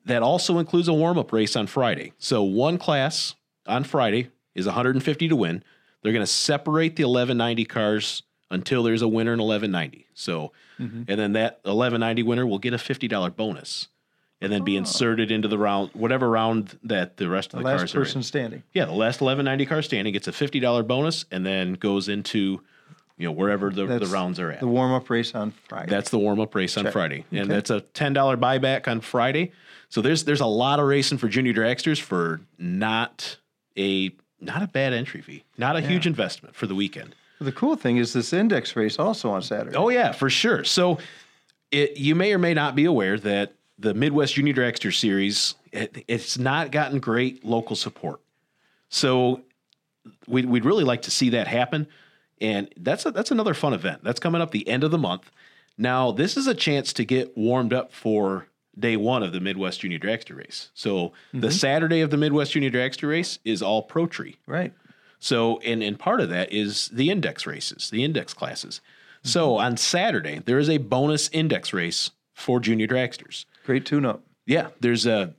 E: That also includes a warm-up race on Friday. So one class on Friday is 150 to win. They're going to separate the 1190 cars until there's a winner in 1190. So
F: Mm-hmm.
E: and then that 1190 winner will get a $50 bonus and then be inserted into the round whatever round that the rest of
F: Oh. The
E: the,
F: last
E: cars are in.
F: person standing.
E: Yeah, the last eleven ninety car standing gets a fifty dollar bonus and then goes into, you know, wherever the, the
F: That's
E: rounds are at.
F: The warm-up race on Friday.
E: That's the warm up race on Friday, and that's a ten dollar buyback on Friday. So there's there's a lot of racing for junior dragsters for not a not a bad entry fee, not a huge investment for the weekend.
F: the cool thing is this index race also on Saturday.
E: Oh yeah, for sure. So it, you may or may not be aware that the Midwest Junior Dragster Series it, it's not gotten great local support. So we'd, we'd really like to see that happen, and that's a, that's another fun event that's coming up the end of the month. Now this is a chance to get warmed up for day one of the Midwest Junior Dragster Race. So the Saturday of the Midwest Junior Dragster Race is all pro tree.
F: Right.
E: So, and, and part of that is the index races, the index classes. So on Saturday, there is a bonus index race for junior dragsters.
F: Great tune up.
E: Yeah, there's a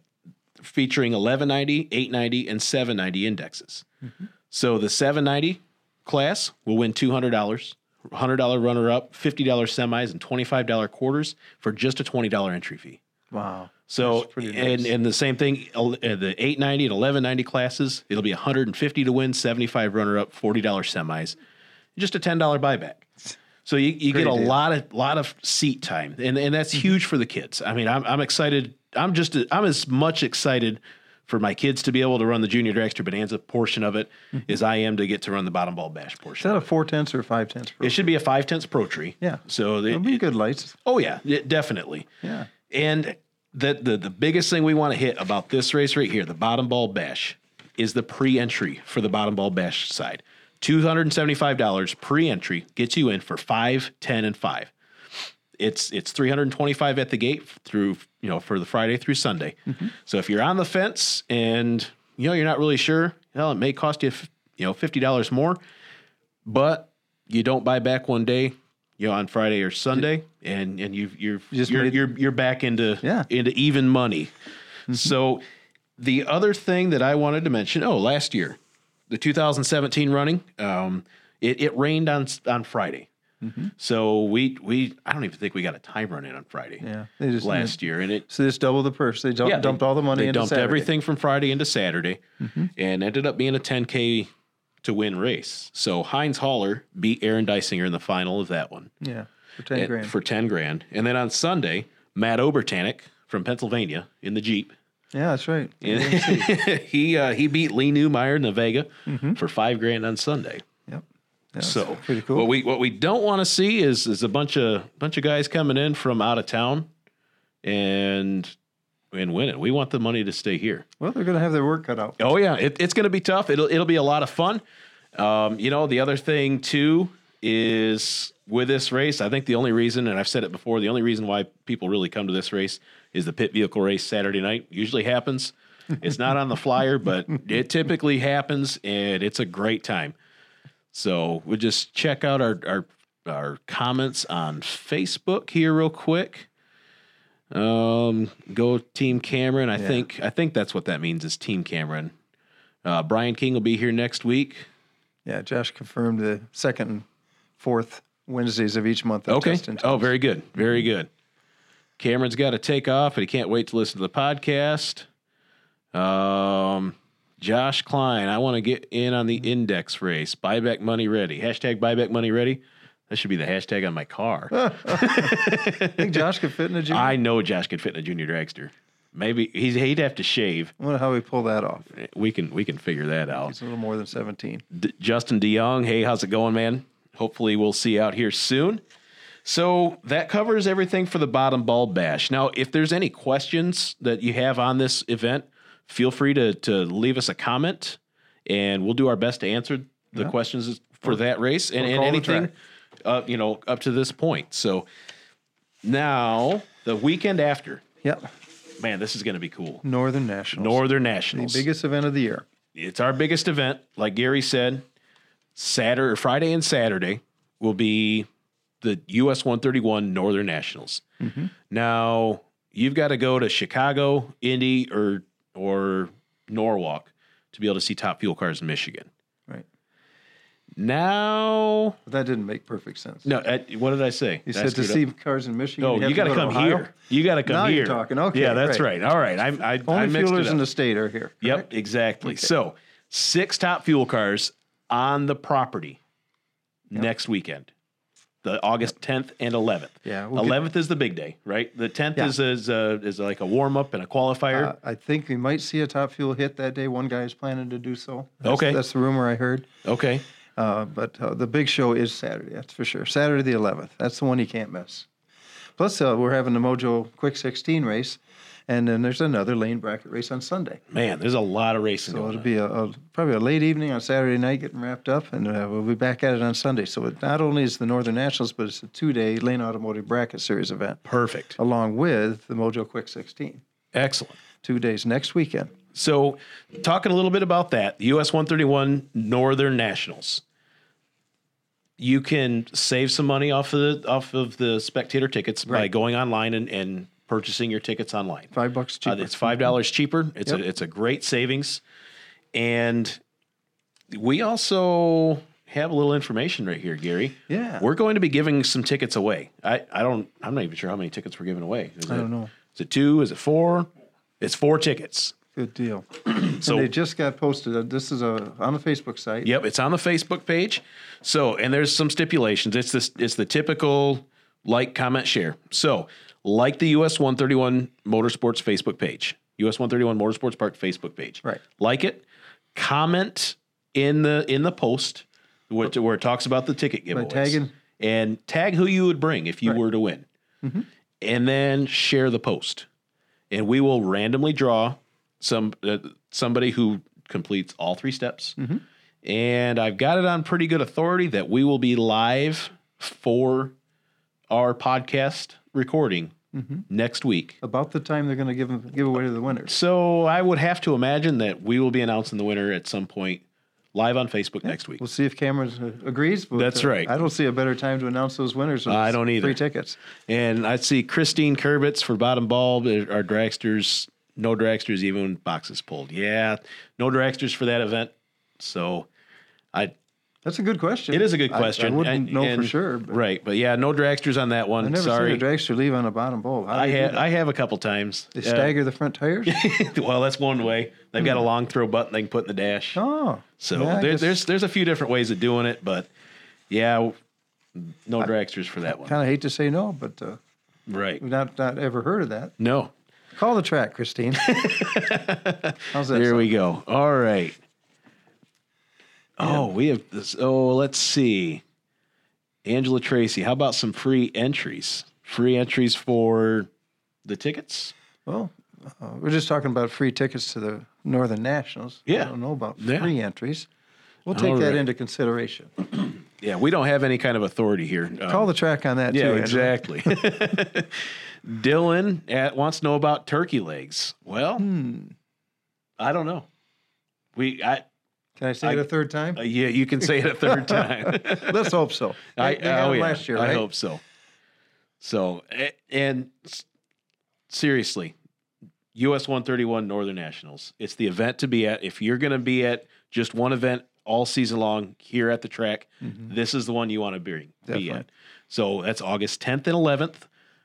E: featuring 1190, 890, and 790 indexes. So the 790 class will win $200, $100 runner up, $50 semis, and $25 quarters for just a $20 entry fee.
F: Wow.
E: So
F: That's pretty
E: and
F: nice.
E: and the same thing, el- uh, the 890 and 1190 classes, it'll be 150 to win, 75 runner up, $40 semis, just a $10 buyback. So you, you get a
F: Great deal. Mm-hmm.
E: lot of lot of seat time, and and that's huge for the kids. I mean, I'm I'm excited. I'm just I'm as much excited for my kids to be able to run the junior dragster bonanza portion of it
F: Mm-hmm.
E: as I am to get to run the bottom ball bash
F: Is
E: portion.
F: that a
E: of it.
F: four tenths or five tenths?
E: it should be a five tenths pro tree.
F: Yeah.
E: So they,
F: It'll be good lights.
E: oh yeah, it- definitely.
F: Yeah.
E: And the, the the biggest thing we want to hit about this race right here, the bottom ball bash, is the pre-entry for the bottom ball bash side. Two hundred and seventy-five dollars pre-entry gets you in for five, ten, and five. It's it's three hundred and twenty-five at the gate through you know for the Friday through Sunday.
F: Mm-hmm.
E: So if you're on the fence and you know you're not really sure, well, it may cost you f- you know fifty dollars more, but you don't buy back one day, you know, on Friday or Sunday, and and you've you're you
F: just
E: are
F: made-
E: you're you're back into
F: Yeah. Mm-hmm.
E: into even money. So the other thing that I wanted to mention, oh, last year, the 2017 running, um, it, it rained on on Friday.
F: Mm-hmm.
E: So we we I don't even think we got a time run in on Friday
F: Yeah. They just
E: last year, and it
F: So they just double the purse. They dump,
E: they-
F: dumped all the money
E: They
F: into
E: dumped
F: Saturday. Mm-hmm.
E: everything from Friday into Saturday, and ended up being a 10k to win race. So Heinz Haller beat Aaron Dysinger in the final of that one
F: Yeah. For ten
E: at-
F: grand.
E: for 10 grand. And then on Sunday, Matt Obertanic from Pennsylvania in the Jeep.
F: yeah, that's right.
E: and he uh, he beat Lee Newmeyer in the Vega for five grand on Sunday.
F: Yep. Yeah,
E: So
F: that's Mm-hmm. pretty cool.
E: What we what we don't want to see is is a bunch of bunch of guys coming in from out of town and and winning. We want the money to stay here.
F: well, they're going to have their work cut out.
E: Oh yeah, it, it's going to be tough. It'll it'll be a lot of fun. Um, you know, the other thing too is with this race, I think the only reason, and I've said it before, the only reason why people really come to this race is the pit vehicle race Saturday night. Usually happens. It's not on the flyer, but it typically happens, and it's a great time. So we just check out our our our comments on Facebook here real quick. Um, go Team Cameron. I think I think that's what that means is Team Cameron. Uh, Brian King will be here next week.
F: Yeah, Josh confirmed the second and fourth Wednesdays of each month. of
E: Okay.
F: test and-
E: Oh, very good. Very good. Cameron's got to take off, and he can't wait to listen to the podcast. Um, Josh Klein, I want to get in on the index race. Buyback money ready. Hashtag buyback money ready. That should be the hashtag on my car.
F: I think Josh could fit in a junior. I
E: I know Josh could fit in a junior dragster. Maybe he's, he'd have to shave.
F: wonder how we pull that off.
E: We can we can figure that out.
F: He's a little more than 17.
E: D- Justin DeYoung. Hey, how's it going, man? Hopefully, we'll see you out here soon. So that covers everything for the bottom ball bash. Now, if there's any questions that you have on this event, feel free to to leave us a comment, and we'll do our best to answer the questions for that race and,
F: or
E: and
F: call the
E: anything,
F: track.
E: uh, you know, up to this point. So now the weekend after,
F: Yep.
E: man, this is going to be cool.
F: Northern Nationals.
E: Northern
F: the
E: Nationals
F: biggest event of the year.
E: it's our biggest event. Like Gary said, Saturday, Friday, and Saturday will be the US 131 Northern Nationals.
F: Mm-hmm.
E: Now you've got to go to Chicago, Indy, or or Norwalk to be able to see top fuel cars in Michigan.
F: Right.
E: Now,
F: But that didn't make perfect sense.
E: no, uh, what did I say?
F: You
E: Did I
F: said to
E: screw it up?
F: see cars in Michigan.
E: No,
F: have
E: you got to
F: go
E: come
F: Ohio?
E: here. You got to come
F: Now
E: here.
F: you're talking. Okay,
E: yeah, that's right.
F: right.
E: All right, I'm, I I
F: Only
E: mixed it
F: fuelers
E: up.
F: in the state are here.
E: Yep, exactly. So six top fuel cars on the property next weekend, the August 10th and 11th.
F: Yeah, we'll get-
E: 11th is the big day, right? The 10th
F: Yeah.
E: is is, uh, is like a warm up and a qualifier.
F: Uh, I think we might see a top fuel hit that day. One guy is planning to do so. That's-
E: Okay.
F: That's the rumor I heard.
E: okay,
F: Uh, but uh, the big show is Saturday, that's for sure. Saturday the 11th. That's the one you can't miss. Plus, uh, we're having the Mojo Quick 16 race, and then there's another lane bracket race on Sunday.
E: man, there's a lot of racing
F: So
E: going
F: it'll
E: on.
F: be a, a probably a late evening on Saturday night, getting wrapped up, and uh, we'll be back at it on Sunday. So it not only is the Northern Nationals, but it's a two-day Lane Automotive Bracket Series event,
E: Perfect,
F: along with the Mojo Quick 16.
E: excellent.
F: Two days next weekend.
E: So, talking a little bit about that, US 131 Northern Nationals. You can save some money off of the off of the spectator tickets by going online and, and purchasing your tickets online.
F: Five bucks
E: Uh,
F: cheaper.
E: it's five dollars cheaper. It's
F: Yep.
E: a it's a great savings, and we also have a little information right here, Gary.
F: Yeah.
E: we're going to be giving some tickets away. I I don't I'm not even sure how many tickets we're giving away. Is
F: I
E: it-
F: don't know.
E: Is it two? Is it four? It's four tickets.
F: Good deal.
E: So
F: they just got posted. Uh, This is a on the Facebook site.
E: Yep, it's on the Facebook page. So, and there's some stipulations. It's this it's the typical like, comment, share. So, like the US 131 Motorsports Facebook page. US 131 Motorsports Park Facebook page.
F: Right.
E: Like it, comment in the in the post where, to- where it talks about the ticket giveaways.
F: tagging.
E: And tag who you would bring if you were to win. And then share the post. And we will randomly draw some uh, somebody who completes all three steps and I've got it on pretty good authority that we will be live for our podcast recording next week.
F: About the time they're going to give them, give away to the winners.
E: So I would have to imagine that we will be announcing the winner at some point live on Facebook next week.
F: We'll see if Cameron uh, agrees. But,
E: That's right.
F: I don't see a better time to announce those winners. than
E: I don't either.
F: Free tickets.
E: And I see Christine Kurbitz for Bottom Bulb, our dragsters, no dragsters, even when boxes pulled. Yeah, no dragsters for that event. So I
F: That's a good question.
E: it is a good
F: I-
E: question.
F: I, wouldn't
E: And-
F: know for
E: and-
F: sure. But
E: Right, but yeah, no dragsters on that one.
F: I've never
E: Sorry.
F: seen a dragster leave on a bottom bowl. How do
E: I
F: they do
E: had
F: that?
E: I have a couple times.
F: They
E: Uh,
F: stagger the front tires.
E: well, that's one way. They've got a long throw button they can put in the dash.
F: oh,
E: so
F: yeah, I
E: there,
F: guess-
E: there's there's a few different ways of doing it, but yeah, w- no dragsters for that one.
F: kind of hate to say no, but uh,
E: right.
F: we've not not ever heard of that.
E: No.
F: Call the track, Christine. How's that?
E: There
F: sound?
E: we go. All right. Oh, we have this. Oh, let's see. Angela Tracy, how about some free entries? Free entries for the tickets?
F: Well, uh, we're just talking about free tickets to the Northern Nationals.
E: Yeah.
F: I don't know about
E: Yeah.
F: free entries. We'll take
E: All
F: that
E: right.
F: into consideration.
E: Yeah, we don't have any kind of authority here. Um,
F: Call the track on that too.
E: Yeah,
F: Andrew.
E: exactly. Dylan at, wants to know about turkey legs. Well,
F: Hmm.
E: I don't know. We, I,
F: Can I say it a third time?
E: uh, yeah, you can say it a third time.
F: Let's hope so.
E: I,
F: They- they had
E: oh,
F: them
E: yeah,
F: last year,
E: I
F: right?
E: hope so. So, a- and s- seriously, US 131 Northern Nationals. It's the event to be at. If you're going to be at just one event all season long here at the track, this is the one you want to be, be
F: Mm-hmm. Definitely.
E: at. So that's August 10th and 11th.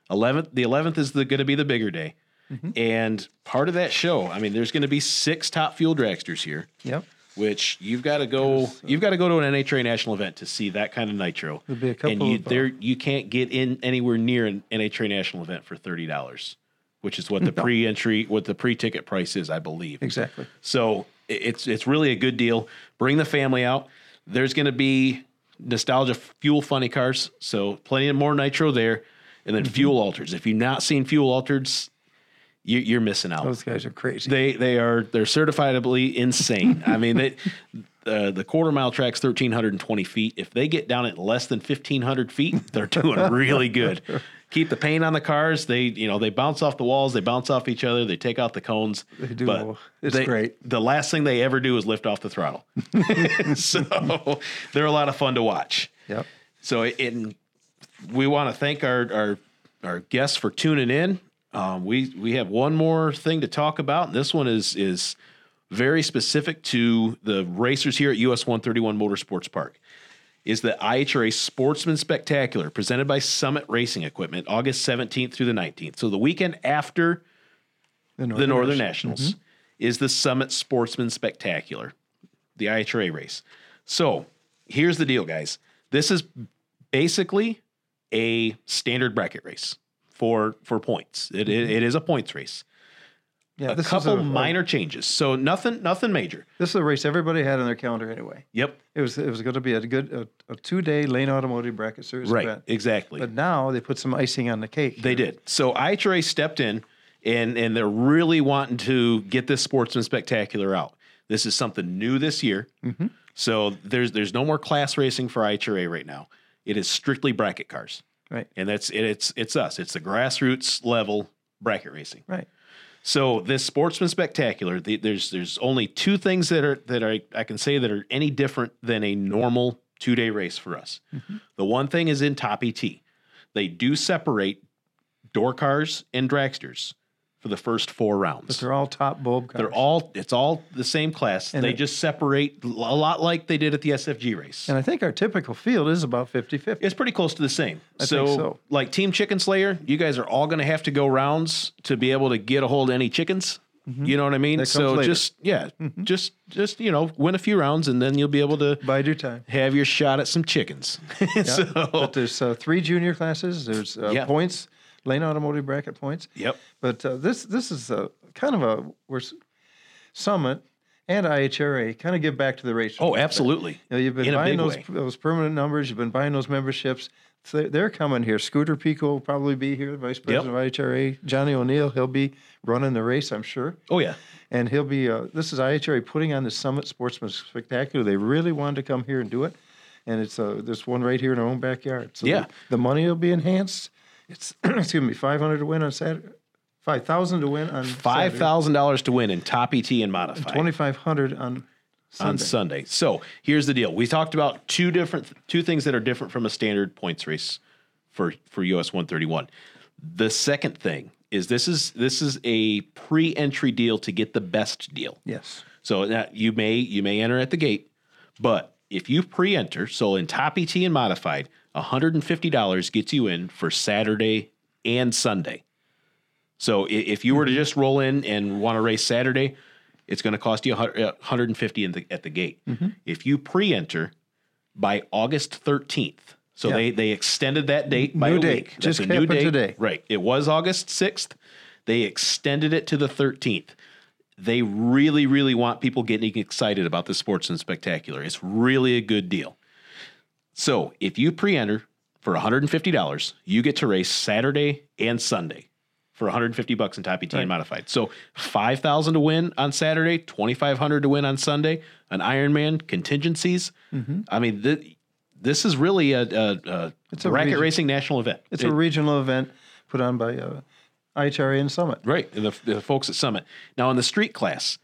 E: 11th, the 11th is the going to be the bigger day.
F: Mm-hmm.
E: And part of that show, I mean, there's going to be six top fuel dragsters here
F: Yep.
E: which you've got to go you've got to go to an NHRA national event to see that kind of nitro.
F: There'd be a
E: and
F: couple
E: you
F: of, uh,
E: there you can't get in anywhere near an NHRA national event for thirty dollars, which is what the pre-entry what the pre-ticket price is, I believe.
F: Exactly.
E: So i- it's it's really a good deal. Bring the family out. There's going to be nostalgia fuel funny cars, so plenty of more nitro there, and
F: Mm-hmm.
E: then fuel alters. If you've not seen fuel alters, you, you're missing out.
F: Those guys are crazy.
E: They they are they're certifiably insane. I mean, they, uh, the quarter mile track's thirteen hundred and twenty feet. If they get down at less than fifteen hundred feet, they're doing really good. Keep the paint on the cars. They you know they bounce off the walls. They bounce off each other. They take out the cones. They
F: do. It's great.
E: The last thing they ever do is lift off the throttle. so they're a lot of fun to watch.
F: yep.
E: So it, it- we want to thank our our our guests for tuning in. Um, we we have one more thing to talk about. And this one is is very specific to the racers here at US 131 Motorsports Park. Is the IHRA Sportsman Spectacular presented by Summit Racing Equipment, August 17th through the 19th. So the weekend after the Northern Nationals
F: Mm-hmm.
E: is the Summit Sportsman Spectacular, the IHRA race. So here's the deal, guys. This is basically a standard bracket race for for points. It, it, it is a points race.
F: Mm-hmm. Yeah.
E: a
F: This
E: couple
F: is a,
E: minor changes, so nothing nothing major.
F: This is a race everybody had on their calendar anyway.
E: Yep.
F: It was it was going to be a good a, a two day lane automotive bracket series
E: Right.
F: event.
E: Exactly.
F: But now they put some icing on the cake.
E: They did. So IHRA stepped in and and they're really wanting to get this sportsman spectacular out. This is something new this year. So there's there's no more class racing for IHRA right now. It is strictly bracket cars.
F: Right.
E: And that's it, it's it's us. It's the grassroots level bracket racing.
F: Right.
E: So this sportsman spectacular, the, there's there's only two things that are that I, I can say that are any different than a normal two day race for us.
F: Mm-hmm.
E: The one thing is in top ET, they do separate door cars and dragsters for the first four rounds.
F: They're all top bulb cars.
E: They're all it's all the same class.
F: And
E: they
F: it-
E: just separate a lot like they did at the SFG race.
F: And I think our typical field is about 50 50.
E: It's pretty close to the same.
F: I
E: so,
F: think so.
E: like Team Chicken Slayer, you guys are all going to have to go rounds to be able to get a hold of any chickens. You know what I mean?
F: Mm-hmm. That comes
E: So
F: later.
E: just yeah,
F: Mm-hmm.
E: just just you know, win a few rounds and then you'll be able to
F: Bide your time.
E: have your shot at some chickens. so
F: But there's uh, three junior classes, there's uh,
E: Yeah.
F: points, lane automotive bracket points.
E: yep,
F: But uh, this this is a kind of a we're s- summit and IHRA kind of give back to the race.
E: oh absolutely.
F: You know, you've been
E: In a
F: buying
E: big
F: those
E: way.
F: those permanent numbers. You've been buying those memberships. So they- they're coming here. Scooter Pico will probably be here, the vice president of IHRA. Johnny O'Neill, he'll be running the race, I'm sure.
E: Oh yeah,
F: And he'll be, uh, this is IHRA putting on the Summit Sportsman Spectacular. They really wanted to come here and do it. And it's uh, there's one right here in our own backyard. So
E: Yeah.
F: the, the money will be enhanced. It's, excuse me, 500 to win on Saturday, 5,000 to win on
E: five thousand dollars to win in top ET and modified.
F: 2,500 on Sunday.
E: on Sunday. So here's the deal: we talked about two different two things that are different from a standard points race for for US 131. The second thing is this is this is a pre-entry deal to get the best deal.
F: Yes.
E: So that you may you may enter at the gate, but if you pre-enter, so in top ET and modified, $150 gets you in for Saturday and Sunday. So i- if you were to
F: Mm-hmm.
E: just roll in and want to race Saturday, it's going to cost you a hun- uh, 150 in the, at the gate.
F: Mm-hmm.
E: If you pre-enter by August 13th, so they they extended that date by
F: New
E: a
F: date.
E: week.
F: Just happened today.
E: right? It was August 6th. They extended it to the 13th they really, really want people getting excited about the sports and spectacular. It's really a good deal. So if you pre-enter for $150, you get to race Saturday and Sunday for 150 bucks in top ET and modified. So 5,000 to win on Saturday, 2,500 to win on Sunday, an Ironman contingencies.
F: Mm-hmm.
E: I mean, th- this is really a, a, a
F: It's a
E: racket
F: region-
E: racing national event.
F: It's
E: It-
F: a regional event put on by uh, IHRA and Summit.
E: Right. and The, the folks at Summit. Now, in the street class,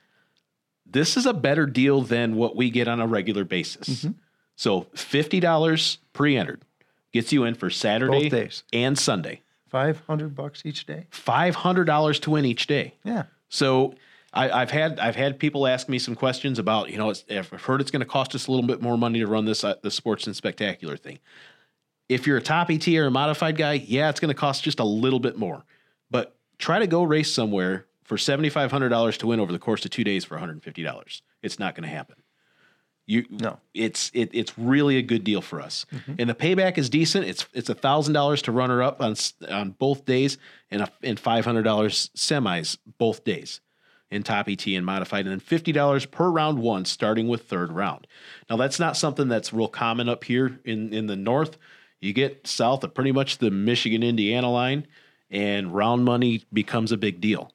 E: this is a better deal than what we get on a regular
F: Mm-hmm.
E: basis. So $50 pre entered gets you in for Saturday
F: Both days.
E: and Sunday,
F: 500 bucks each day.
E: $500 to win each day.
F: Yeah.
E: So I, I've had I've had people ask me some questions about you know it's, I've heard it's going to cost us a little bit more money to run this uh, the sports and spectacular thing. If you're a top ET or a modified guy, yeah, it's going to cost just a little bit more. But try to go race somewhere for seventy five hundred dollars to win over the course of two days for one hundred and fifty dollars. It's not going to happen. You
F: No.
E: it's it, it's really a good deal for us, and the payback is decent. It's it's a thousand dollars to runner up on s- on both days, and a, and five hundred dollars semis both days, in top ET and modified, and then fifty dollars per round one, starting with third round. Now that's not something that's real common up here in in the north. You get south of pretty much the Michigan Indiana line, and round money becomes a big deal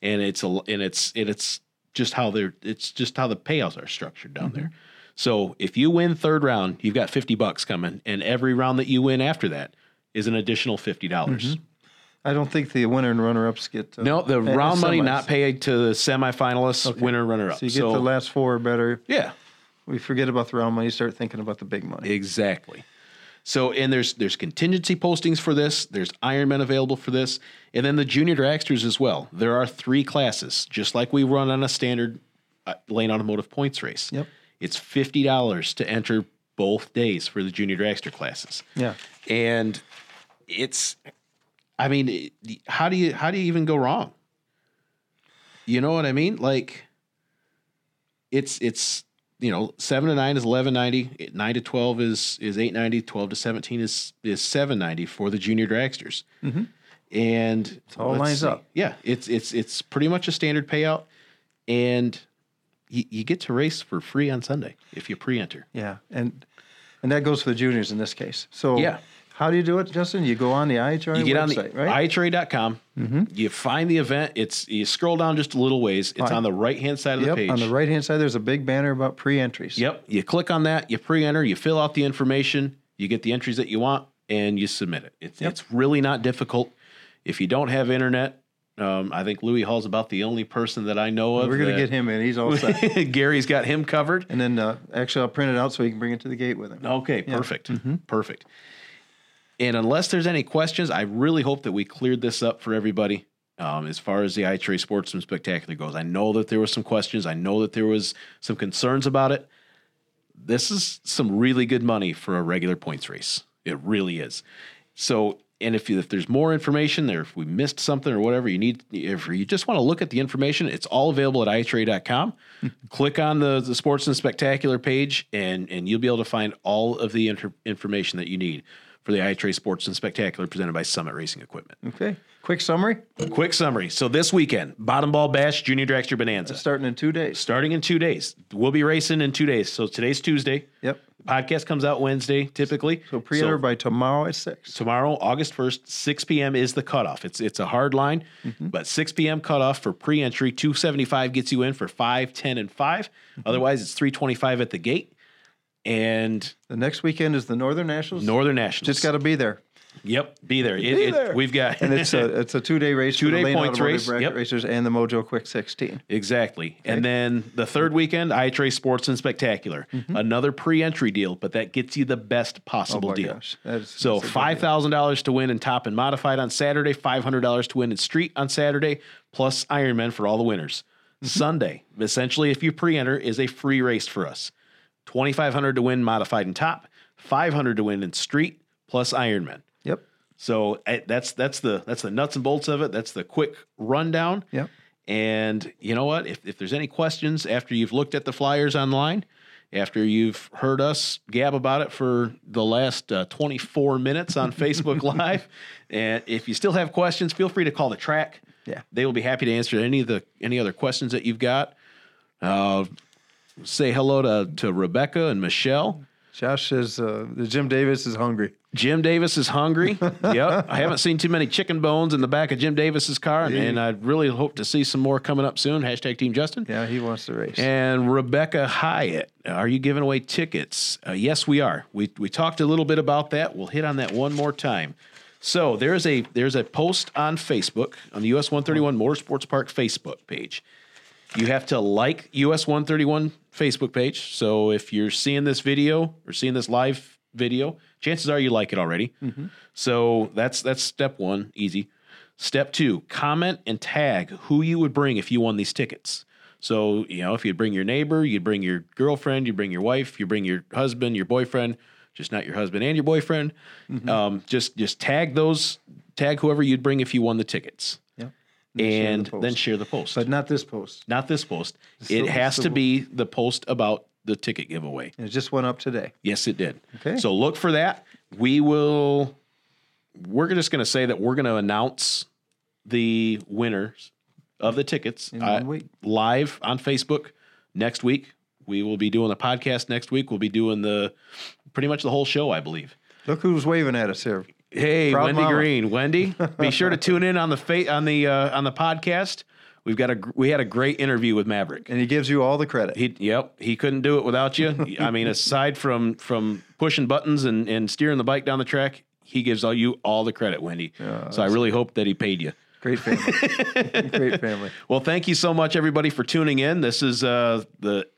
E: and it's a and it's and it's just how they're it's just how the payouts are structured down there.
F: Mm-hmm.
E: So if you win third round, you've got fifty bucks coming, and every round that you win after that is an additional fifty dollars.
F: Mm-hmm. I don't think the winner and runner ups get. Uh,
E: No, the
F: and- and
E: round money
F: semis.
E: not paid to the semifinalists, winner, runner up.
F: So you get the last four or better.
E: yeah,
F: We forget about the round money, start thinking about the big money.
E: Exactly. So and there's there's contingency postings for this. There's Ironman available for this, and then the junior dragsters as well. There are three classes, just like we run on a standard uh, lane automotive points race.
F: Yep.
E: It's fifty dollars to enter both days for the junior dragster classes,
F: Yeah.
E: and it's, I mean, it- how do you how do you even go wrong? You know what I mean? Like, it's it's you know seven to nine is eleven ninety, nine to twelve is is eight ninety, twelve to seventeen is is seven ninety for the junior dragsters, and it
F: Mm-hmm. all lines up.
E: Yeah, it's it's it's pretty much a standard payout, and you, you get to race for free on Sunday if you pre-enter.
F: Yeah. And and that goes for the juniors in this case. So
E: Yeah.
F: how do you do it, Justin? You go on the IHRA
E: You get on the
F: website, right? Mm-hmm.
E: iHTRA.com. You find the event. It's you scroll down just a little ways. It's on the right hand side of the
F: yep.
E: page.
F: On the right hand side, there's a big banner about pre entries.
E: Yep. You click on that, you pre-enter, you fill out the information, you get the entries that you want, and you submit it. It's, it's really not difficult. If you don't have internet, Um, I think Louis Hall's about the only person that I know of.
F: We're going to get him in. He's all set.
E: him. Gary's got him covered.
F: and then uh, actually, I'll print it out so he can bring it to the gate with him.
E: Okay, perfect. Perfect. And unless there's any questions, I really hope that we cleared this up for everybody um, as far as the iTree Sportsman Spectacular goes. I know that there were some questions. I know that there was some concerns about it. This is some really good money for a regular points race. It really is. So, and if you, if there's more information there, if we missed something or whatever you need, if you just want to look at the information, it's all available at iTrade.com.
F: Hmm.
E: Click on the, the Sports and Spectacular page, and and you'll be able to find all of the inter- information that you need for the iTrade Sports and Spectacular presented by Summit Racing Equipment.
F: Okay. Quick summary.
E: Quick summary. So this weekend, Bottom Ball Bash, Junior Dragster Bonanza,
F: Starting in two days.
E: starting in two days. We'll be racing in two days. So today's Tuesday.
F: Yep.
E: Podcast comes out Wednesday, typically.
F: So pre-order by tomorrow at six.
E: tomorrow, August 1st, 6 p.m. is the cutoff. It's it's a hard line,
F: Mm-hmm.
E: but 6 p.m. cutoff for pre-entry. 275 gets you in for 5, 10, and 5.
F: Mm-hmm.
E: Otherwise, it's 325 at the gate. And
F: The next weekend is the Northern Nationals.
E: Northern Nationals.
F: Just got to be there.
E: yep, be there. It- it-
F: there.
E: We've got
F: And it's uh, a it's a two day race. for the
E: Two-day
F: Lane
E: points
F: Automotive
E: race,
F: Bracket
E: yep.
F: Racers and the Mojo Quick 16.
E: Exactly. And then the third weekend, iTrace Sports and Spectacular. Another pre-entry deal, but that gets you the best possible
F: Mm-hmm. Oh my
E: deal.
F: gosh. That is-
E: so
F: that's a good
E: five thousand dollars to win in top and modified on Saturday, five hundred dollars to win in street on Saturday, plus Ironman for all the winners.
F: Mm-hmm.
E: Sunday, essentially, if you pre-enter, is a free race for us. Twenty five hundred to win modified and top, five hundred to win in street, plus Ironman.
F: Yep.
E: So eh, that's that's the that's the nuts and bolts of it. That's the quick rundown.
F: Yep.
E: And you know what? If, if there's any questions after you've looked at the flyers online, after you've heard us gab about it for the last uh, 24 minutes on Facebook Live, and if you still have questions, feel free to call the track.
F: Yeah.
E: They will be happy to answer any of the any other questions that you've got. Uh, say hello to, to Rebecca and Michelle.
F: Josh says uh, the Jim Davis is hungry.
E: Jim Davis is hungry. yep. I haven't seen too many chicken bones in the back of Jim Davis's car, and, and I really hope to see some more coming up soon. Hashtag Team Justin.
F: Yeah, he wants to race.
E: And Rebecca Hyatt, are you giving away tickets? Uh, yes, we are. We we talked a little bit about that. We'll hit on that one more time. So there is a there's a post on Facebook on the US 131 Motorsports Park Facebook page. You have to like US 131 Facebook page. So if you're seeing this video or seeing this live video, chances are you like it already.
F: Mm-hmm.
E: So that's that's step one, easy. Step two, comment and tag who you would bring if you won these tickets. So, you know, if you'd bring your neighbor, you'd bring your girlfriend, you'd bring your wife, you bring your husband, your boyfriend, just not your husband and your boyfriend.
F: Mm-hmm.
E: Um, just just tag those, tag whoever you'd bring if you won the tickets.
F: Yep.
E: And
F: share the
E: then
F: post.
E: share the post.
F: But not this post.
E: not this post.
F: So-
E: it has
F: so-
E: to be the post about the ticket giveaway.
F: It just went up today.
E: Yes, it did.
F: Okay.
E: So look for that. We will. We're just going to say that we're going to announce the winners of the tickets uh,
F: In one week.
E: live on Facebook next week. We will be doing the podcast next week. We'll be doing the pretty much the whole show, I believe.
F: Look who's waving at us here.
E: Hey,
F: Proud
E: Wendy
F: mama.
E: Green, Wendy, be sure to tune in on the fa- on the uh, on the podcast. We've got a gr- we had a great interview with Maverick.
F: And he gives you all the credit.
E: He yep, he couldn't do it without you. I mean, aside from from pushing buttons and and steering the bike down the track, he gives all you all the credit, Wendy. so I really hope that he paid you.
F: Great family. Great family.
E: Well, thank you so much everybody for tuning in. This is uh the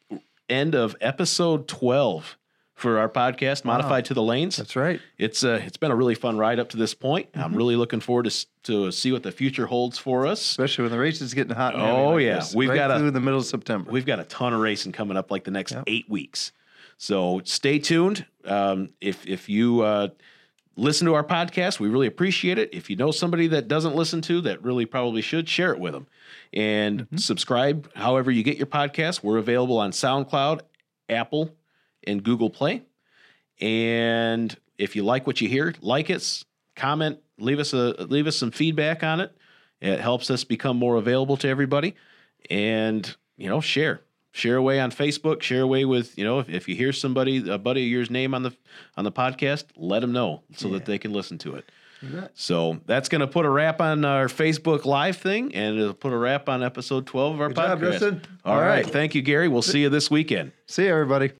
E: end of episode 12 for our podcast Modified to the Lanes.
F: That's right.
E: It's uh it's been a really fun ride up to this point. I'm really looking forward to s- to see what the future holds for us.
F: Especially when the race is getting hot. and heavy
E: Oh,
F: like
E: yeah.
F: this,
E: We've
F: right
E: got a-
F: through the middle of September.
E: we've got a ton of racing coming up like the next
F: Yep.
E: eight weeks. So stay tuned. Um, if if you uh, listen to our podcast, we really appreciate it. If you know somebody that doesn't listen to that really probably should, share it with them and subscribe. However you get your podcast, we're available on SoundCloud, Apple, and Google Play. And if you like what you hear, like us, comment, leave us a leave us some feedback on it. It helps us become more available to everybody. And you know, share. Share away on Facebook. Share away with you know if, if you hear somebody a buddy of yours name on the on the podcast, let them know so that they can listen to it. So that's going to put a wrap on our Facebook Live thing, and it'll put a wrap on episode twelve of our
F: Good job,
E: podcast.
F: Justin.
E: All
F: All
E: right.
F: right.
E: thank you, Gary. We'll see you this weekend.
F: See you, everybody.